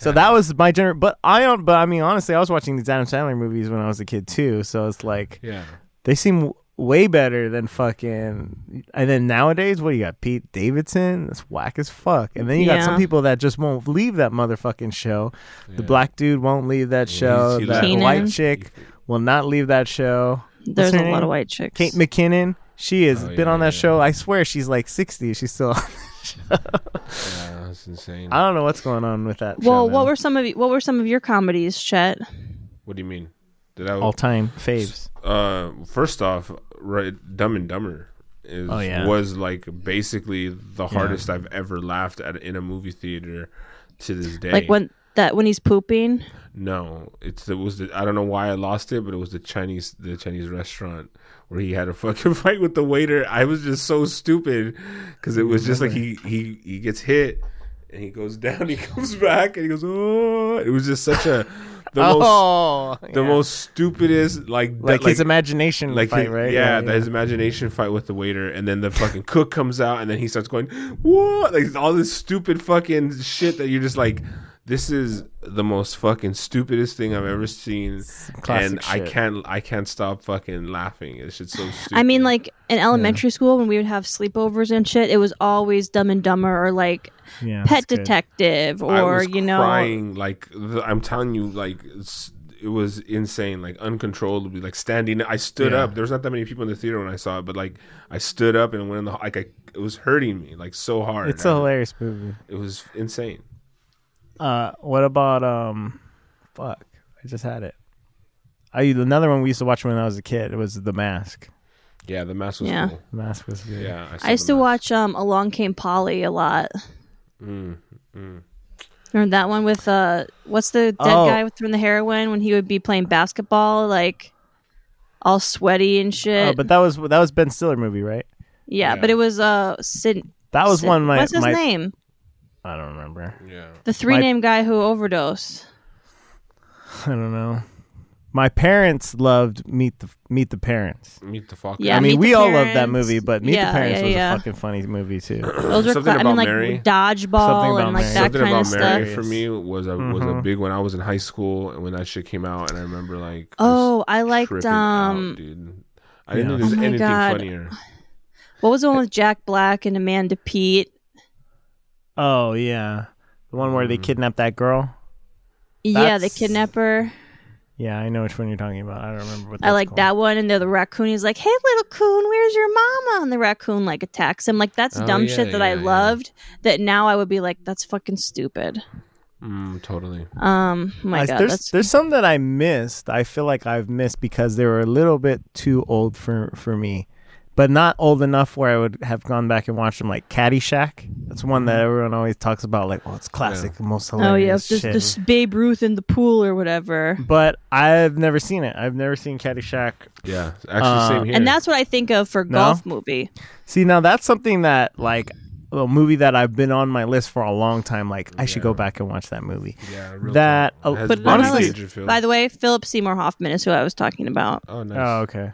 Speaker 2: So that was my gener. But I don't. But I mean, honestly, I was watching these Adam Sandler movies when I was a kid too. So it's like
Speaker 1: yeah,
Speaker 2: they seem w- way better than fucking. And then nowadays, what do you got? Pete Davidson. That's whack as fuck. And then you got some
Speaker 3: Yeah.
Speaker 2: people that just won't leave that motherfucking show. The
Speaker 1: Yeah.
Speaker 2: black dude won't leave that show.
Speaker 1: he's- he
Speaker 2: that
Speaker 3: left.
Speaker 2: white
Speaker 3: Keenan.
Speaker 2: chick will not leave that show.
Speaker 3: There's
Speaker 2: her
Speaker 3: a lot
Speaker 2: name?
Speaker 3: of white chicks.
Speaker 2: Kate McKinnon. She has
Speaker 1: Oh,
Speaker 2: been on
Speaker 1: yeah,
Speaker 2: that
Speaker 1: yeah.
Speaker 2: show. I swear she's like 60. She's still. [laughs]
Speaker 1: yeah, that's insane.
Speaker 2: I don't know what's going on with that.
Speaker 3: well,
Speaker 2: show
Speaker 3: what
Speaker 2: now.
Speaker 3: were some of y- what were some of your comedies, Chet?
Speaker 1: what do you mean? Did I?
Speaker 2: all time faves?
Speaker 1: uh, first off, right, Dumb and Dumber is
Speaker 2: Oh, yeah.
Speaker 1: was like basically the hardest I've ever laughed at in a movie theater to this day.
Speaker 3: Like when that when he's pooping.
Speaker 1: No, it's it was the, I don't know why I lost it, but it was the Chinese the Chinese restaurant where he had a [laughs] fucking fight with the waiter. I was just so stupid because it was just like he he he gets hit and he goes [laughs] down, he comes back and he goes oh. It was just such a the most
Speaker 2: [laughs] oh,
Speaker 1: the
Speaker 2: yeah.
Speaker 1: most stupidest like
Speaker 2: like, his
Speaker 1: like-
Speaker 2: imagination
Speaker 1: like
Speaker 2: fight,
Speaker 1: his-
Speaker 2: right?
Speaker 1: Yeah, his imagination fight with the waiter, and then the fucking cook comes out, and then he starts going, "Whoa!" Like all this stupid fucking shit that you're just like, This is the most fucking stupidest thing I've ever seen,
Speaker 2: Classic
Speaker 1: and I
Speaker 2: shit.
Speaker 1: can't I can't stop fucking laughing. It's just so stupid.
Speaker 3: I mean, like in elementary school when we would have sleepovers and shit, it was always Dumb and Dumber or like
Speaker 2: Yeah,
Speaker 3: Pet
Speaker 2: that's good.
Speaker 3: Detective
Speaker 1: I
Speaker 3: or
Speaker 1: was
Speaker 3: you know,
Speaker 1: crying like th- I'm telling you, like s- it was insane, like uncontrollably, like standing. I stood
Speaker 2: Yeah.
Speaker 1: up. There was not that many people in the theater when I saw it, but like I stood up and went in the like I, it was hurting me like so hard.
Speaker 2: It's a
Speaker 1: I-
Speaker 2: hilarious movie.
Speaker 1: It was insane.
Speaker 2: Uh, what about um, fuck? I just had it. I another one we used to watch when I was a kid. It was The Mask.
Speaker 1: Yeah, the mask was
Speaker 3: Yeah.
Speaker 1: cool.
Speaker 2: The Mask was good.
Speaker 1: Yeah, saw
Speaker 3: I used
Speaker 1: The
Speaker 3: to
Speaker 1: Mask.
Speaker 3: watch um Along Came Polly a lot.
Speaker 1: Mm-hmm.
Speaker 3: Remember that one with uh what's the dead
Speaker 2: Oh.
Speaker 3: guy with from the heroin when he would be playing basketball like all sweaty and shit.
Speaker 2: Oh, but that was that was Ben Stiller movie, right?
Speaker 3: yeah,
Speaker 1: Yeah.
Speaker 3: but it was uh Sid.
Speaker 2: That was
Speaker 3: Sid-
Speaker 2: one of my
Speaker 3: What's his
Speaker 2: my-
Speaker 3: name?
Speaker 2: I don't remember.
Speaker 1: Yeah.
Speaker 3: The three
Speaker 2: My-
Speaker 3: name guy
Speaker 2: [clears throat]
Speaker 3: who overdosed.
Speaker 2: [laughs] I don't know. My parents loved Meet the Meet the Parents.
Speaker 1: Meet the fucker.
Speaker 3: Yeah,
Speaker 2: I mean,
Speaker 3: Meet
Speaker 2: we
Speaker 3: the
Speaker 2: all loved that
Speaker 3: Parents.
Speaker 2: movie, but Meet
Speaker 3: Yeah,
Speaker 2: the Parents
Speaker 3: yeah,
Speaker 2: was
Speaker 3: yeah.
Speaker 2: a fucking funny movie too.
Speaker 3: Those were
Speaker 1: Something
Speaker 3: cla- I
Speaker 1: About
Speaker 3: mean, like
Speaker 1: Mary.
Speaker 2: Something
Speaker 3: dodgeball
Speaker 2: About
Speaker 3: and like
Speaker 2: Mary.
Speaker 3: that
Speaker 1: Something
Speaker 3: kind
Speaker 1: about
Speaker 3: of
Speaker 1: Mary
Speaker 3: stuff.
Speaker 1: for me was a was
Speaker 2: Mm-hmm.
Speaker 1: a big one. I was in high school and when that shit came out, and I remember like just
Speaker 3: Oh, I liked,
Speaker 1: tripping out,
Speaker 3: um,
Speaker 1: dude. I didn't
Speaker 2: yeah.
Speaker 1: think there's
Speaker 3: Oh my
Speaker 1: anything
Speaker 3: God.
Speaker 1: funnier.
Speaker 3: What was the one with Jack Black and Amanda Pete?
Speaker 2: Oh yeah, the one where they kidnapped that girl.
Speaker 3: Yeah, the
Speaker 2: That's-
Speaker 3: kidnapper.
Speaker 2: Yeah, I know which one you're talking about. I don't remember what. That's
Speaker 3: I like
Speaker 2: called.
Speaker 3: that one. And the, the raccoon is like, "Hey, little coon, where's your mama?" And the raccoon like attacks him. Like that's
Speaker 1: Oh,
Speaker 3: dumb
Speaker 1: yeah,
Speaker 3: shit that I
Speaker 1: yeah, yeah.
Speaker 3: loved. That now I would be like, "That's fucking stupid."
Speaker 1: Mm, totally.
Speaker 3: Um, oh my
Speaker 2: I-
Speaker 3: god,
Speaker 2: there's
Speaker 3: that's
Speaker 2: there's some that I missed. I feel like I've missed because they were a little bit too old for for me, but not old enough where I would have gone back and watched them. Like Caddyshack. That's one that everyone always talks about. Like, well, it's classic, most
Speaker 3: oh yeah,
Speaker 2: hilarious
Speaker 3: this,
Speaker 2: shit.
Speaker 3: this Babe Ruth in the pool or whatever.
Speaker 2: But I've never seen it. I've never seen Caddyshack.
Speaker 1: Yeah. Actually,
Speaker 2: Uh,
Speaker 1: same here.
Speaker 3: And that's what I think of for
Speaker 2: No?
Speaker 3: golf movie.
Speaker 2: See, now that's something that like a movie that I've been on my list for a long time. Like, I should go back and watch that movie.
Speaker 1: yeah, real
Speaker 2: that-
Speaker 1: talk.
Speaker 2: oh,
Speaker 1: It has
Speaker 3: But
Speaker 1: Bobby
Speaker 2: honestly-
Speaker 1: Gage in film.
Speaker 3: By the way, Philip Seymour Hoffman is who I was talking about.
Speaker 1: oh nice.
Speaker 2: Oh, okay.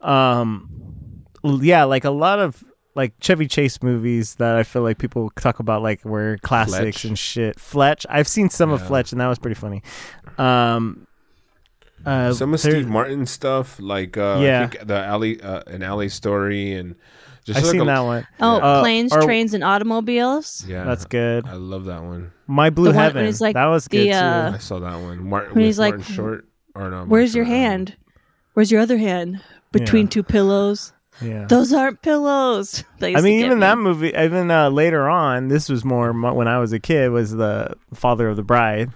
Speaker 2: Um, l- yeah, like a lot of like Chevy Chase movies that I feel like people talk about, like were classics
Speaker 1: Fletch.
Speaker 2: and shit. Fletch, I've seen some of
Speaker 1: Yeah.
Speaker 2: Fletch, and that was pretty funny. Um, uh,
Speaker 1: Some of
Speaker 2: there-
Speaker 1: Steve Martin stuff, like uh,
Speaker 2: Yeah.
Speaker 1: I think the alley, uh, an alley story, and just
Speaker 2: I've
Speaker 1: like
Speaker 2: seen
Speaker 1: a-
Speaker 2: that one.
Speaker 3: Oh,
Speaker 2: Uh,
Speaker 3: planes,
Speaker 2: are-
Speaker 3: trains, and automobiles.
Speaker 1: Yeah,
Speaker 2: That's good.
Speaker 1: I love that one.
Speaker 2: My Blue
Speaker 3: the one when
Speaker 2: Heaven.
Speaker 3: he's like
Speaker 2: that was
Speaker 3: the,
Speaker 2: good
Speaker 3: uh,
Speaker 1: I saw that one. Martin,
Speaker 3: When he's
Speaker 1: with
Speaker 3: like,
Speaker 1: Martin Short. Or no,
Speaker 3: Where's
Speaker 1: Martin
Speaker 3: your
Speaker 1: Short, I don't know.
Speaker 3: hand? Where's your other hand? Between
Speaker 2: Yeah.
Speaker 3: two pillows.
Speaker 2: too. Yeah.
Speaker 3: Those aren't pillows. [laughs] That used
Speaker 2: I
Speaker 3: to
Speaker 2: mean,
Speaker 3: get
Speaker 2: even
Speaker 3: me.
Speaker 2: that movie, even uh, later on, this was more mo- when I was a kid, was the Father of the Bride.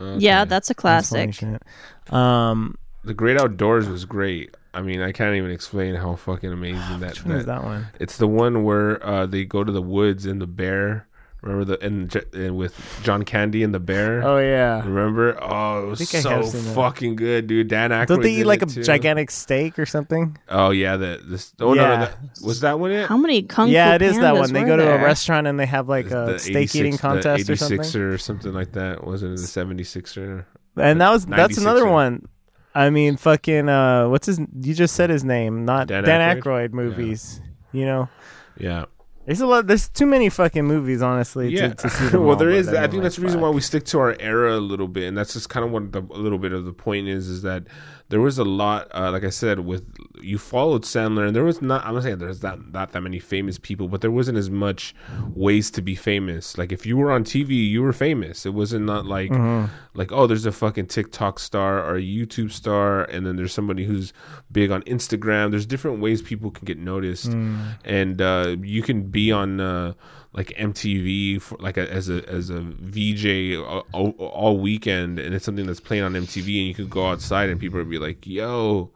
Speaker 3: Yeah, that's a
Speaker 2: That's funny
Speaker 3: classic.
Speaker 2: shit. Um,
Speaker 1: The Great Outdoors was great. I mean, I can't even explain how fucking
Speaker 2: [sighs]
Speaker 1: amazing that.
Speaker 2: which one is that one?
Speaker 1: It's the one where uh, they go to the woods and the bear. Remember the and, J- and with John Candy and the bear.
Speaker 2: Oh yeah.
Speaker 1: Remember? Oh, it was
Speaker 2: think I
Speaker 1: so
Speaker 2: have seen that.
Speaker 1: fucking good, dude. Dan Aykroyd.
Speaker 2: Don't they eat
Speaker 1: did
Speaker 2: like a
Speaker 1: it, too.
Speaker 2: gigantic steak or something?
Speaker 1: Oh yeah, the this. Oh no, no,
Speaker 2: Yeah.
Speaker 1: that, was that one it?
Speaker 3: How many kung
Speaker 2: yeah,
Speaker 3: fu
Speaker 2: it is that
Speaker 3: pandas
Speaker 2: one. They
Speaker 3: were
Speaker 2: go to a
Speaker 3: there?
Speaker 2: restaurant and they have like a
Speaker 1: The
Speaker 2: steak eating
Speaker 1: 86
Speaker 2: contest
Speaker 1: the
Speaker 2: or something.
Speaker 1: 86er or something like that. Wasn't it the er? 76er?
Speaker 2: And that was that's
Speaker 1: 96
Speaker 2: another
Speaker 1: or-
Speaker 2: one. I mean, fucking uh, what's his? You just said his name, not Dan,
Speaker 1: Dan
Speaker 2: Aykroyd,
Speaker 1: Aykroyd?
Speaker 2: movies. You know,
Speaker 1: Yeah.
Speaker 2: there's a lot. There's too many fucking movies, honestly.
Speaker 1: Yeah.
Speaker 2: To,
Speaker 1: [laughs]
Speaker 2: to see them
Speaker 1: well,
Speaker 2: all,
Speaker 1: there
Speaker 2: but
Speaker 1: is. I
Speaker 2: mean,
Speaker 1: think
Speaker 2: like,
Speaker 1: that's the reason
Speaker 2: fuck.
Speaker 1: why we stick to our era a little bit, and that's just kind of what the, a little bit of the point is. Is that there was a lot, uh, like I said, with you followed Sandler, and there was not. I'm not saying there's not not that many famous people, but there wasn't as much ways to be famous. Like if you were on TV, you were famous. It wasn't not like
Speaker 2: Mm-hmm.
Speaker 1: like oh, there's a fucking TikTok star or a YouTube star, and then there's somebody who's big on Instagram. There's different ways people can get noticed,
Speaker 2: Mm.
Speaker 1: and uh, you can be on uh, like MTV for, like a, as a as a VJ all, all- all weekend, and it's something that's playing on MTV, and you could go outside and people would be like, "Yo."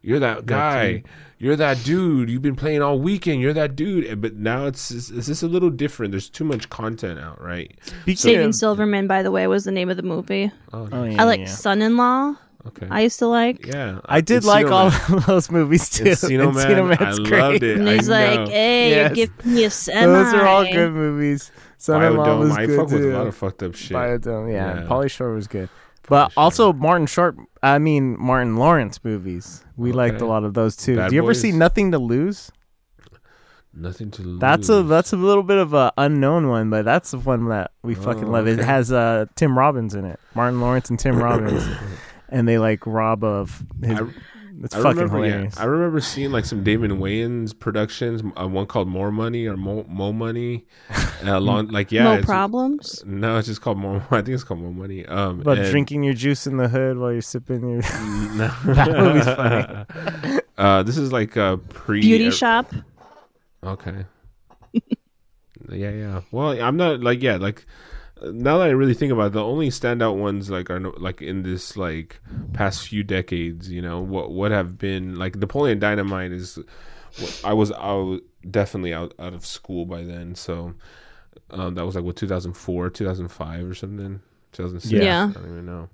Speaker 1: You're that guy. You're that dude. You've been playing all weekend. You're that dude. And- But now it's it's it's just a little different. There's too much content out, right?
Speaker 2: Speaking
Speaker 3: Saving
Speaker 2: of-
Speaker 3: Silverman, by the way, was the name of the movie.
Speaker 2: oh, yeah,
Speaker 3: I like
Speaker 2: yeah.
Speaker 3: Son-in-Law.
Speaker 1: Okay.
Speaker 3: I used to like.
Speaker 1: yeah,
Speaker 2: I did
Speaker 1: Encino
Speaker 2: like all
Speaker 1: Man.
Speaker 2: of [laughs] those movies too.
Speaker 1: Encino Man. I
Speaker 2: Man's great.
Speaker 1: loved it.
Speaker 3: And
Speaker 1: I
Speaker 3: he's
Speaker 1: know.
Speaker 3: like, eh, "Hey,
Speaker 2: Yes.
Speaker 3: you're giving me a semi."
Speaker 2: Those are all good movies. Son-in-Law was
Speaker 1: Biodome. I
Speaker 2: good
Speaker 1: fuck
Speaker 2: too.
Speaker 1: with a lot of fucked up shit.
Speaker 2: Biodome, yeah.
Speaker 1: Yeah.
Speaker 2: And Polly Shore was good. But also Martin Short, I mean Martin Lawrence movies. We liked a
Speaker 1: Okay.
Speaker 2: lot of those too.
Speaker 1: Bad
Speaker 2: Do you ever
Speaker 1: Boys.
Speaker 2: see Nothing to Lose?
Speaker 1: Nothing to lose.
Speaker 2: That's a that's a little bit of a unknown one, but that's the one that we fucking
Speaker 1: Oh,
Speaker 2: love. It
Speaker 1: okay.
Speaker 2: has uh, Tim Robbins in it, Martin Lawrence
Speaker 1: [coughs]
Speaker 2: and Tim Robbins, and they like rob of. His,
Speaker 1: I-
Speaker 2: it's
Speaker 1: I
Speaker 2: fucking
Speaker 1: remember, yeah,
Speaker 2: hilarious.
Speaker 1: I remember seeing like some Damon Wayans productions, uh, one called More Money or Mo, Mo
Speaker 2: [laughs]
Speaker 1: Money. Uh, long, like yeah,
Speaker 3: no
Speaker 1: it's-
Speaker 3: problems.
Speaker 1: No, it's just called More. [laughs] I think it's called More Money. Um,
Speaker 2: About
Speaker 1: and-
Speaker 2: drinking your juice in the hood while you're sipping
Speaker 1: [laughs]
Speaker 2: your. [laughs]
Speaker 1: No.
Speaker 2: That movie's funny.
Speaker 1: [laughs] Uh, this is like a pre
Speaker 3: Beauty
Speaker 1: er-
Speaker 3: shop.
Speaker 1: Okay. yeah, yeah. Well, I'm not like yeah, like uh, now that I really think about it, the only standout ones like are no, like in this like past few decades, you know, what what have been like Napoleon Dynamite is wh- I was out definitely out out of school by then, so um, that was like what 2004, 2005 or something. 2006.
Speaker 3: Yeah.
Speaker 1: I don't even know.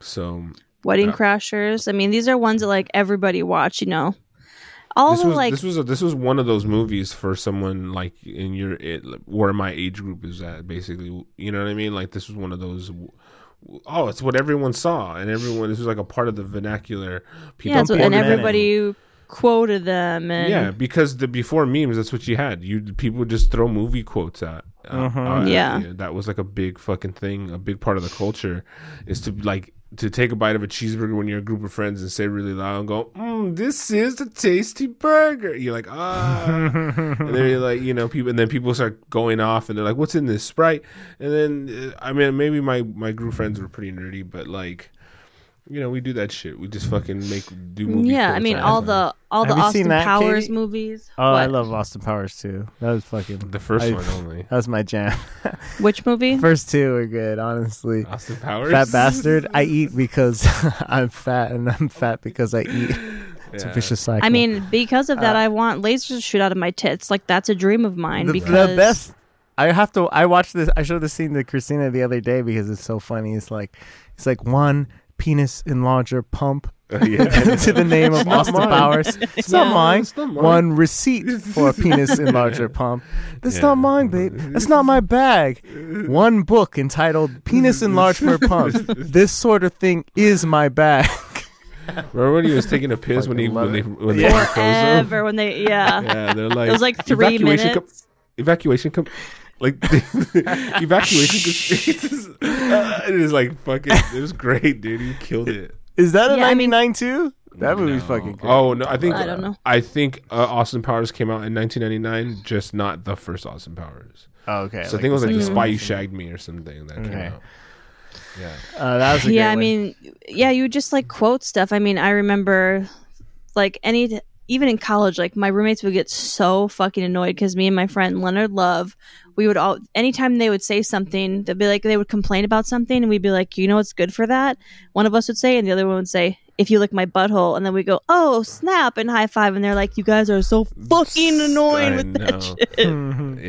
Speaker 1: So
Speaker 3: Wedding
Speaker 1: Yeah.
Speaker 3: Crashers. I mean, these are ones that like everybody watched, you know. All
Speaker 1: this
Speaker 3: the
Speaker 1: was
Speaker 3: like
Speaker 1: this was a, this was one of those movies for someone like in your it, where my age group is at basically you know what I mean like this was one of those oh it's what everyone saw and everyone this was like a part of the vernacular
Speaker 3: yeah, it's
Speaker 2: don't
Speaker 3: what-
Speaker 2: be
Speaker 3: and
Speaker 2: mad at
Speaker 3: everybody quoted them and
Speaker 1: yeah because the before memes that's what you had you people would just throw movie quotes at uh,
Speaker 2: Mhm.
Speaker 1: uh,
Speaker 3: Yeah.
Speaker 1: that was like a big fucking thing a big part of the culture is to like to take a bite of a cheeseburger when you're a group of friends and say really loud and go mm, this is a tasty burger you're like ah and then you're like you know people and then people start going off and they're like what's in this sprite and then uh, i mean maybe my my group friends were pretty nerdy but like you know we do that shit we just fucking make do movie
Speaker 3: Yeah, I
Speaker 1: quotes
Speaker 3: mean
Speaker 1: out of
Speaker 3: all
Speaker 1: it.
Speaker 3: the all the
Speaker 2: Have you seen
Speaker 3: Austin
Speaker 2: that,
Speaker 3: Powers
Speaker 2: Katie?
Speaker 3: movies.
Speaker 2: Oh, I
Speaker 3: What?
Speaker 2: love Austin Powers too. That was fucking.
Speaker 1: the first
Speaker 2: I-
Speaker 1: one only
Speaker 2: That was my jam. [laughs]
Speaker 3: Which movie?
Speaker 2: First two were good, honestly.
Speaker 1: Austin Powers.
Speaker 2: Fat
Speaker 1: [laughs]
Speaker 2: bastard. I eat because [laughs] I'm fat, and I'm fat because I eat. It's a
Speaker 1: Yeah.
Speaker 2: vicious cycle.
Speaker 3: I mean, because of that, I want lasers to shoot out of my tits. Like that's a dream of mine.
Speaker 2: Uh, the,
Speaker 3: because
Speaker 2: the best. I have to. I watched this. I showed this scene to Christina the other day because it's so funny. It's like, it's like one penis enlarger
Speaker 1: [laughs]
Speaker 2: pump
Speaker 1: [laughs]
Speaker 2: [laughs]
Speaker 1: yeah.
Speaker 2: to the name of
Speaker 1: not
Speaker 2: Austin
Speaker 1: mine.
Speaker 2: Powers. It's not mine.
Speaker 1: It's not mine.
Speaker 2: One receipt for a
Speaker 1: [laughs]
Speaker 2: penis enlarger pump. That's
Speaker 1: Yeah.
Speaker 2: not mine, babe. That's not my bag. One book entitled "Penis Enlargement
Speaker 1: [laughs]
Speaker 2: Pump." This sort of thing is my bag.
Speaker 1: Remember when he was
Speaker 2: [laughs]
Speaker 1: taking a piss when he
Speaker 2: Fucking love
Speaker 1: when they when they froze him?
Speaker 3: forever when they yeah.
Speaker 1: [laughs] Yeah, they're like
Speaker 3: It was like three
Speaker 1: evacuation com-
Speaker 3: minutes.
Speaker 1: evacuation com- like [laughs] evacuation. Com- [laughs] uh, it is like fucking. It was great, dude. You killed it.
Speaker 2: Is that a
Speaker 3: Yeah, I mean-
Speaker 2: '99 too? That movie's
Speaker 1: No.
Speaker 2: fucking. Good.
Speaker 1: Oh no, I think
Speaker 3: I don't know.
Speaker 1: I think uh, Austin Powers came out in 1999, just not the first Austin Powers.
Speaker 2: Oh, okay.
Speaker 1: so I think it was like
Speaker 2: the
Speaker 1: the
Speaker 3: Mm-hmm.
Speaker 1: Spy You Shagged Me or something that came
Speaker 2: Okay.
Speaker 1: out. Yeah.
Speaker 2: Uh, that was a
Speaker 3: yeah
Speaker 2: great
Speaker 3: i
Speaker 2: one.
Speaker 3: mean yeah you just like quote stuff i mean i remember like any even in college like my roommates would get so fucking annoyed because me and my friend leonard love we would all anytime they would say something they'd be like they would complain about something and we'd be like you know what's good for that one of us would say and the other one would say if you lick my butthole and then we go oh snap and high five and they're like you guys are so fucking annoying
Speaker 1: I
Speaker 3: with
Speaker 1: know.
Speaker 3: that shit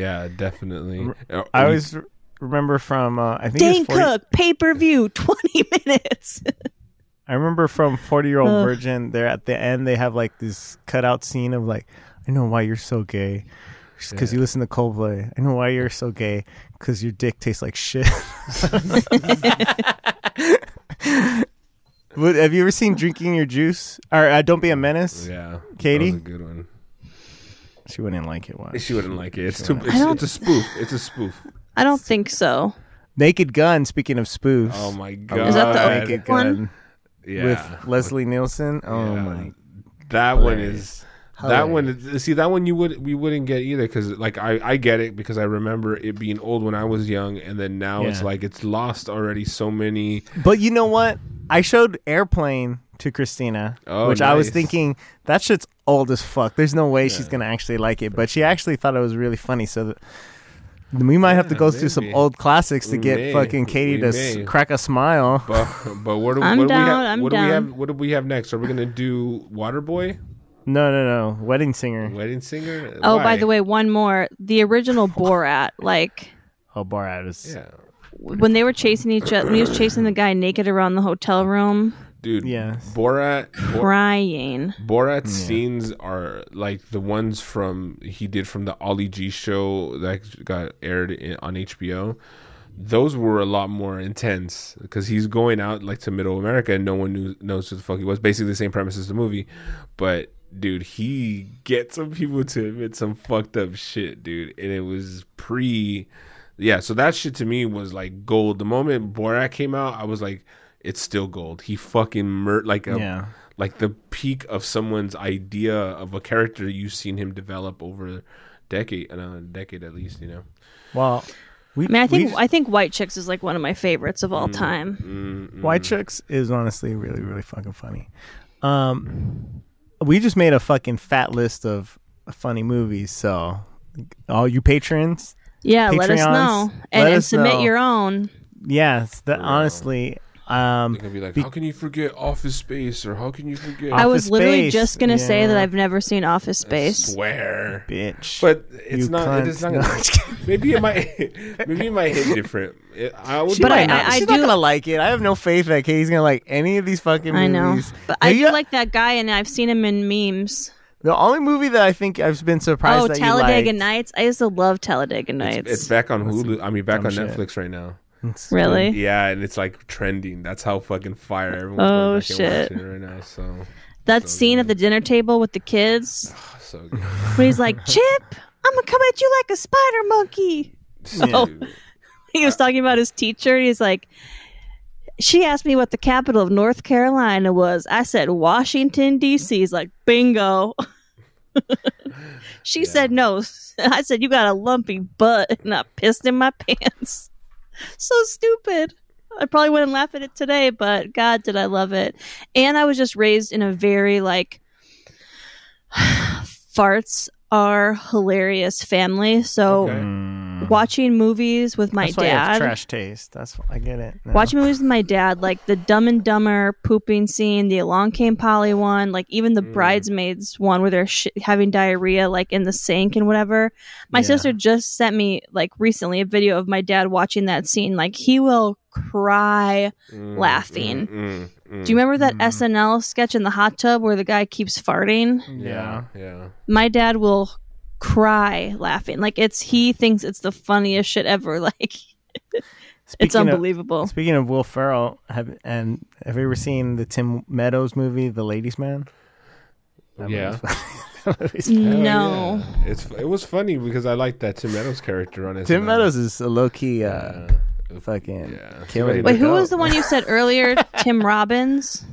Speaker 2: [laughs]
Speaker 1: Yeah, definitely. Uh,
Speaker 2: I
Speaker 1: we-
Speaker 2: always r- remember from uh, I think
Speaker 3: dane
Speaker 2: it's 40,
Speaker 3: cook pay-per-view [laughs] 20 minutes
Speaker 2: I remember from Forty Year Old
Speaker 3: Ugh.
Speaker 2: Virgin. There at the end, they have like this cutout scene of like, I know why you're so gay, because you listen to Coldplay. I know why you're so gay, because your dick tastes like
Speaker 3: [laughs]
Speaker 2: shit. Would- have you ever seen Drinking Your Juice or uh, Don't Be a Menace?
Speaker 1: Yeah,
Speaker 2: Katie?
Speaker 1: that was a good one.
Speaker 2: She wouldn't like it. Why?
Speaker 1: She wouldn't like it. It's too.
Speaker 3: I
Speaker 1: It's,
Speaker 3: don't-
Speaker 1: it's a spoof. It's a spoof.
Speaker 3: i don't think so
Speaker 2: Naked Gun. Speaking of spoofs,
Speaker 1: Oh my
Speaker 2: I
Speaker 1: god!
Speaker 2: love
Speaker 3: [laughs] Is that the old
Speaker 2: Naked
Speaker 3: one?
Speaker 2: Gun
Speaker 1: yeah.
Speaker 2: with Leslie Nielsen? Oh
Speaker 1: Yeah.
Speaker 2: my!
Speaker 1: That one is. That
Speaker 2: Hilarious.
Speaker 1: one, is- see, that one you would we wouldn't get either because like I I get it because I remember it being old when I was young and then now it's
Speaker 2: Yeah.
Speaker 1: like it's lost already so many.
Speaker 2: But you know what? I showed Airplane to Christina,
Speaker 1: Oh,
Speaker 2: which I was
Speaker 1: nice.
Speaker 2: thinking that shit's old as fuck. There's no way she's gonna actually like it, but she actually thought it was really funny. So th- we might have to
Speaker 1: Yeah,
Speaker 2: go through some
Speaker 1: maybe.
Speaker 2: old classics
Speaker 1: We
Speaker 2: to get
Speaker 1: may.
Speaker 2: fucking Katie
Speaker 1: We
Speaker 2: to
Speaker 1: may.
Speaker 2: s- crack a smile.
Speaker 1: But but what do,
Speaker 3: I'm
Speaker 1: what do we
Speaker 3: down,
Speaker 1: have?
Speaker 3: I'm
Speaker 1: what do we
Speaker 3: down.
Speaker 1: have? What do we have next? Are we gonna do Waterboy,
Speaker 2: No, no, no, wedding singer.
Speaker 1: Wedding Singer?
Speaker 3: Oh, by
Speaker 1: Why?
Speaker 3: the way, one more.
Speaker 2: [laughs]
Speaker 3: The original Borat, like
Speaker 2: Oh, Borat is.
Speaker 1: yeah,
Speaker 3: when they were chasing each other, when he was chasing the guy naked around the hotel room,
Speaker 1: dude, yeah,
Speaker 2: Yes.
Speaker 1: Borat, Bor-
Speaker 3: crying.
Speaker 1: Borat's scenes are like the ones from he did from the Ollie G show that got aired in, on HBO. those were a lot more intense because he's going out like to middle America and no one knew, knows who the fuck he was. Basically, the same premise as the movie, but dude, he gets some people to admit some fucked up shit, dude, and it was pre, yeah. So that shit to me was like gold. The moment Borat came out, I was like, it's still gold. He fucking mur- like a,
Speaker 2: yeah.
Speaker 1: like the peak of someone's idea of a character you've seen him develop over a decade, another decade at least, you know.
Speaker 2: Well, we,
Speaker 3: I mean, I think
Speaker 2: we-
Speaker 3: I think White Chicks is like one of my favorites of all
Speaker 2: Mm.
Speaker 3: time.
Speaker 1: Mm-mm.
Speaker 2: White Chicks is honestly really, really fucking funny. Um, we just made a fucking fat list of funny movies. So, all you patrons,
Speaker 3: Yeah, let us
Speaker 2: Patreons,
Speaker 3: know
Speaker 2: let
Speaker 3: and, and
Speaker 2: us
Speaker 3: submit
Speaker 2: know.
Speaker 3: your own.
Speaker 2: yes, that
Speaker 1: Wow.
Speaker 2: honestly,
Speaker 1: They
Speaker 2: um,
Speaker 1: can be like, how can you forget Office Space or how can you forget?
Speaker 3: I
Speaker 2: Office
Speaker 3: was literally
Speaker 2: Space,
Speaker 3: just gonna say that
Speaker 2: yeah.
Speaker 3: I've never seen Office Space. [laughs]
Speaker 1: swear.
Speaker 2: bitch.
Speaker 1: But it's
Speaker 2: You
Speaker 1: not.
Speaker 2: cunt.
Speaker 1: It is not.
Speaker 2: No,
Speaker 1: Gonna,
Speaker 2: I'm just
Speaker 1: [laughs]
Speaker 2: kidding.
Speaker 1: maybe it might. [laughs] Maybe it might hit different. It, I would.
Speaker 3: But
Speaker 1: like
Speaker 3: I-
Speaker 1: that.
Speaker 3: I-
Speaker 2: she's not
Speaker 3: do-
Speaker 2: gonna like it. I have no faith that Katie's gonna like any of these fucking
Speaker 3: I
Speaker 2: movies.
Speaker 3: know, but I
Speaker 2: Maybe
Speaker 3: do like that guy, and I've seen him in memes.
Speaker 2: the only movie that I think I've been surprised
Speaker 3: Oh,
Speaker 2: that
Speaker 3: Talladega
Speaker 2: you liked.
Speaker 3: Nights! I used to love Talladega Nights.
Speaker 1: it's back on Hulu. I mean, back
Speaker 2: dumb
Speaker 1: on
Speaker 2: shit.
Speaker 1: Netflix right now.
Speaker 2: It's-
Speaker 3: really?
Speaker 1: Yeah, and it's like trending. That's how fucking fire everyone's
Speaker 3: Oh,
Speaker 1: going back
Speaker 3: shit.
Speaker 1: and watching it right now. So,
Speaker 3: That scene at the dinner table with the kids,
Speaker 1: so
Speaker 3: [laughs]
Speaker 1: good.
Speaker 3: where he's like, "Chip, I'm gonna come at you like a spider monkey."
Speaker 2: Yeah.
Speaker 3: [laughs] He was talking about his teacher. and He's like, "She asked me what the capital of North Carolina was. I said Washington D.C." He's like, "Bingo." [laughs] she said no. [laughs] I said, "You got a lumpy butt," [laughs] and I pissed in my pants. so stupid. I probably wouldn't laugh at it today, but God, did I love it. And I was just raised in a very like [sighs] farts are hilarious family. So
Speaker 1: Okay.
Speaker 2: Mm.
Speaker 3: watching movies with my
Speaker 2: That's why I have
Speaker 3: dad.
Speaker 2: trash taste. That's why I get it. now.
Speaker 3: Watching movies with my dad, like the Dumb and Dumber pooping scene, the Along Came Polly one, like even the
Speaker 1: Mm.
Speaker 3: Bridesmaids one where they're sh- having diarrhea like in the sink and whatever. My
Speaker 2: Yeah.
Speaker 3: sister just sent me like recently a video of my dad watching that scene. Like he will cry.
Speaker 1: Mm,
Speaker 3: Laughing.
Speaker 1: mm, mm,
Speaker 3: Do you remember that
Speaker 2: Mm.
Speaker 3: SNL sketch in the hot tub where the guy keeps farting?
Speaker 1: mm.
Speaker 2: Yeah.
Speaker 1: Yeah. Yeah.
Speaker 3: my dad will cry laughing. Like it's he thinks it's the funniest shit ever. [laughs] Like it's
Speaker 2: Speaking of-
Speaker 3: unbelievable.
Speaker 2: Speaking of Will Ferrell, have and have you ever seen the Tim Meadows movie, The Ladies Man? That
Speaker 1: Yeah.
Speaker 2: movie's- [laughs]
Speaker 3: Mm.
Speaker 2: that movie's-
Speaker 3: Oh,
Speaker 1: Hell
Speaker 3: no.
Speaker 1: yeah. It's it was funny because I liked that Tim Meadows character on it.
Speaker 2: Tim Meadows is a low key uh,
Speaker 1: Yeah.
Speaker 2: fucking
Speaker 1: Yeah.
Speaker 2: killing. it.
Speaker 3: Wait, who
Speaker 1: Go.
Speaker 3: was the one you said
Speaker 1: [laughs]
Speaker 3: earlier? Tim Robbins,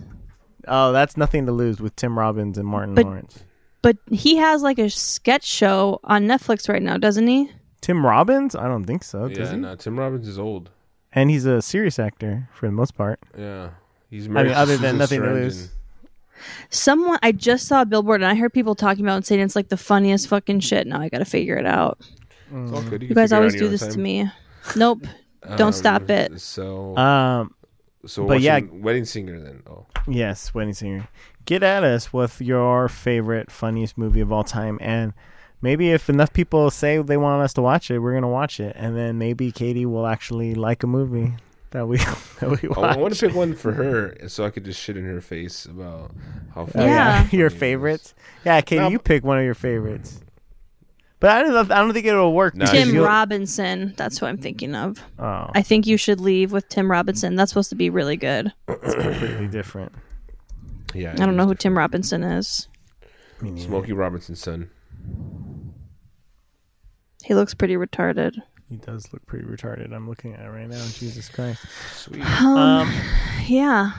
Speaker 2: Oh, that's nothing to lose with Tim Robbins and Martin
Speaker 3: But-
Speaker 2: Lawrence.
Speaker 3: but he has like a sketch show on Netflix right now, doesn't he?
Speaker 2: Tim Robbins? I don't think so. Does
Speaker 1: Yeah.
Speaker 2: he?
Speaker 1: No, Tim Robbins is old.
Speaker 2: And he's a serious actor for the most part.
Speaker 1: Yeah. He's
Speaker 2: I
Speaker 1: married
Speaker 2: mean,
Speaker 1: to
Speaker 2: other
Speaker 1: Susan
Speaker 2: than nothing to
Speaker 1: Sarandon.
Speaker 2: lose.
Speaker 3: Someone I just saw a billboard and I heard people talking about it and saying it's like the funniest fucking shit. Now I got to figure it out.
Speaker 1: It's
Speaker 2: Mm.
Speaker 1: all good.
Speaker 3: You
Speaker 1: can figure
Speaker 3: guys
Speaker 1: it out
Speaker 3: always
Speaker 1: on
Speaker 3: do
Speaker 1: your
Speaker 3: this
Speaker 1: own
Speaker 3: to
Speaker 1: time.
Speaker 3: me. Nope. Don't stop it.
Speaker 1: So,
Speaker 2: Um,
Speaker 1: so
Speaker 2: but
Speaker 1: but
Speaker 2: yeah.
Speaker 1: yeah, wedding singer then.
Speaker 2: [laughs]
Speaker 1: Oh,
Speaker 2: Yes, Wedding Singer. Get at us with your favorite, funniest movie of all time. And maybe if enough people say they want us to watch it, we're going to watch it. And then maybe Katie will actually like a movie that we, [laughs] that we
Speaker 1: I- oh, I
Speaker 2: watch.
Speaker 1: want to pick one for her, so I could just shit in her face about how.
Speaker 2: Oh,
Speaker 1: fucking
Speaker 3: Yeah.
Speaker 1: funny
Speaker 2: [laughs] your
Speaker 1: it is.
Speaker 2: favorites? Yeah, Katie,
Speaker 1: No,
Speaker 2: you pick one of your favorites. But I don't, I don't think it'll work.
Speaker 1: Nah,
Speaker 2: because
Speaker 3: Tim
Speaker 2: you'll-
Speaker 3: Robinson. That's what I'm thinking of.
Speaker 2: Oh,
Speaker 3: I think you should leave with Tim Robinson. That's supposed to be really good.
Speaker 2: completely different.
Speaker 1: Yeah,
Speaker 3: I don't know who Tim Robinson is.
Speaker 1: Smokey Robinson's son.
Speaker 3: He looks pretty retarded.
Speaker 2: He does look pretty retarded. I'm looking at it right now. Jesus Christ.
Speaker 1: Sweet.
Speaker 3: Um,
Speaker 2: Um,
Speaker 3: yeah.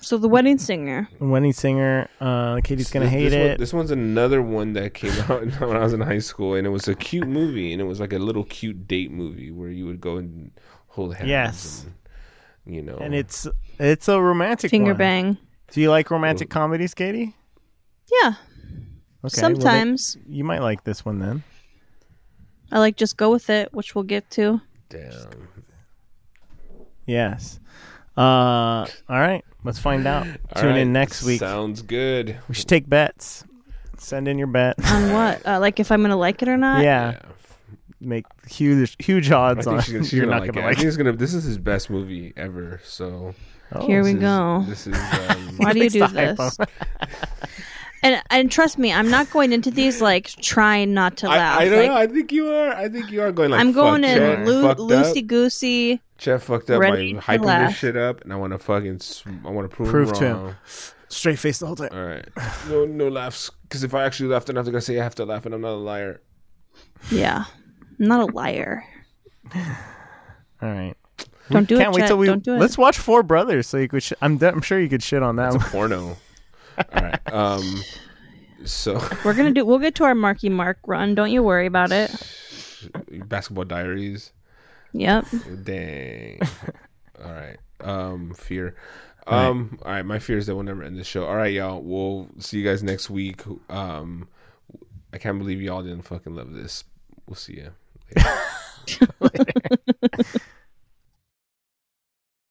Speaker 3: So the wedding singer.
Speaker 2: Wedding Um, Singer. Uh, Katie's gonna
Speaker 1: This-
Speaker 2: hate
Speaker 1: this
Speaker 2: it.
Speaker 1: One, this one's another one that came [laughs] out when I was in high school, and it was a cute movie, and it was like a little cute date movie where you would go and hold hands.
Speaker 2: Yes.
Speaker 1: and, you know,
Speaker 2: and it's it's a romantic
Speaker 3: Finger
Speaker 2: one.
Speaker 3: bang.
Speaker 2: Do you like romantic comedies, Katie?
Speaker 3: Yeah.
Speaker 2: well, they-
Speaker 3: sometimes
Speaker 2: you might like this one then.
Speaker 3: I like just go with it, which we'll get to.
Speaker 1: damn.
Speaker 2: Yes. Uh, all right. Let's find out.
Speaker 1: All
Speaker 2: Tune
Speaker 1: right,
Speaker 2: in next week.
Speaker 1: Sounds good.
Speaker 2: we should take bets. Send in your bet.
Speaker 3: On what? Uh, like if I'm gonna like it or not?
Speaker 2: [laughs] yeah. Make huge huge
Speaker 1: I
Speaker 2: odds on.
Speaker 1: think she's
Speaker 2: [laughs]
Speaker 1: gonna, she's
Speaker 2: You're
Speaker 1: gonna
Speaker 2: not
Speaker 1: like
Speaker 2: gonna
Speaker 1: it. I
Speaker 2: like
Speaker 1: think it's gonna. This is his best movie ever. So
Speaker 2: Oh,
Speaker 3: [laughs] Here we
Speaker 1: this is-
Speaker 3: go.
Speaker 1: This is. Um,
Speaker 2: [laughs]
Speaker 3: [laughs] Why do you
Speaker 2: Fix
Speaker 3: do
Speaker 2: the hype
Speaker 3: this?
Speaker 2: up.
Speaker 3: And and trust me, I'm not going into these like trying not to laugh.
Speaker 1: I, I don't
Speaker 3: like,
Speaker 1: know. I think you are. I think you are going like.
Speaker 3: I'm going
Speaker 1: fuck,
Speaker 3: in
Speaker 1: Chad
Speaker 3: loo-
Speaker 1: fucked up.
Speaker 3: loosey goosey.
Speaker 1: Chad fucked up by
Speaker 3: Ready to
Speaker 1: hyping
Speaker 3: laugh.
Speaker 1: this shit up, and I want to fucking. s- I want to prove,
Speaker 2: Prove
Speaker 1: him
Speaker 2: to him.
Speaker 1: wrong.
Speaker 2: Straight face the whole time.
Speaker 1: All right. [laughs] No, no laughs. Because if I actually laugh, then I'm gonna say I have to laugh, and I'm not a liar.
Speaker 3: Yeah, I'm not a liar.
Speaker 2: All right.
Speaker 3: Don't do
Speaker 2: Can't
Speaker 3: it.
Speaker 2: wait
Speaker 3: Chet.
Speaker 2: till we
Speaker 3: don't do it.
Speaker 2: let's watch Four Brothers. So you could. Sh- I'm. de- I'm sure you could shit on that.
Speaker 1: It's a [laughs]
Speaker 2: one.
Speaker 1: porno. All right. Um. So,
Speaker 3: We're gonna do. We'll get to our Marky Mark run. Don't you worry about it.
Speaker 1: [laughs] Basketball Diaries.
Speaker 3: Yep.
Speaker 1: Dang.
Speaker 2: [laughs]
Speaker 1: All right. Um. Fear. Um. All right. My fear is that we'll never end this show. All right, y'all. We'll see you guys next week. Um. I can't believe y'all didn't fucking love this. We'll see ya.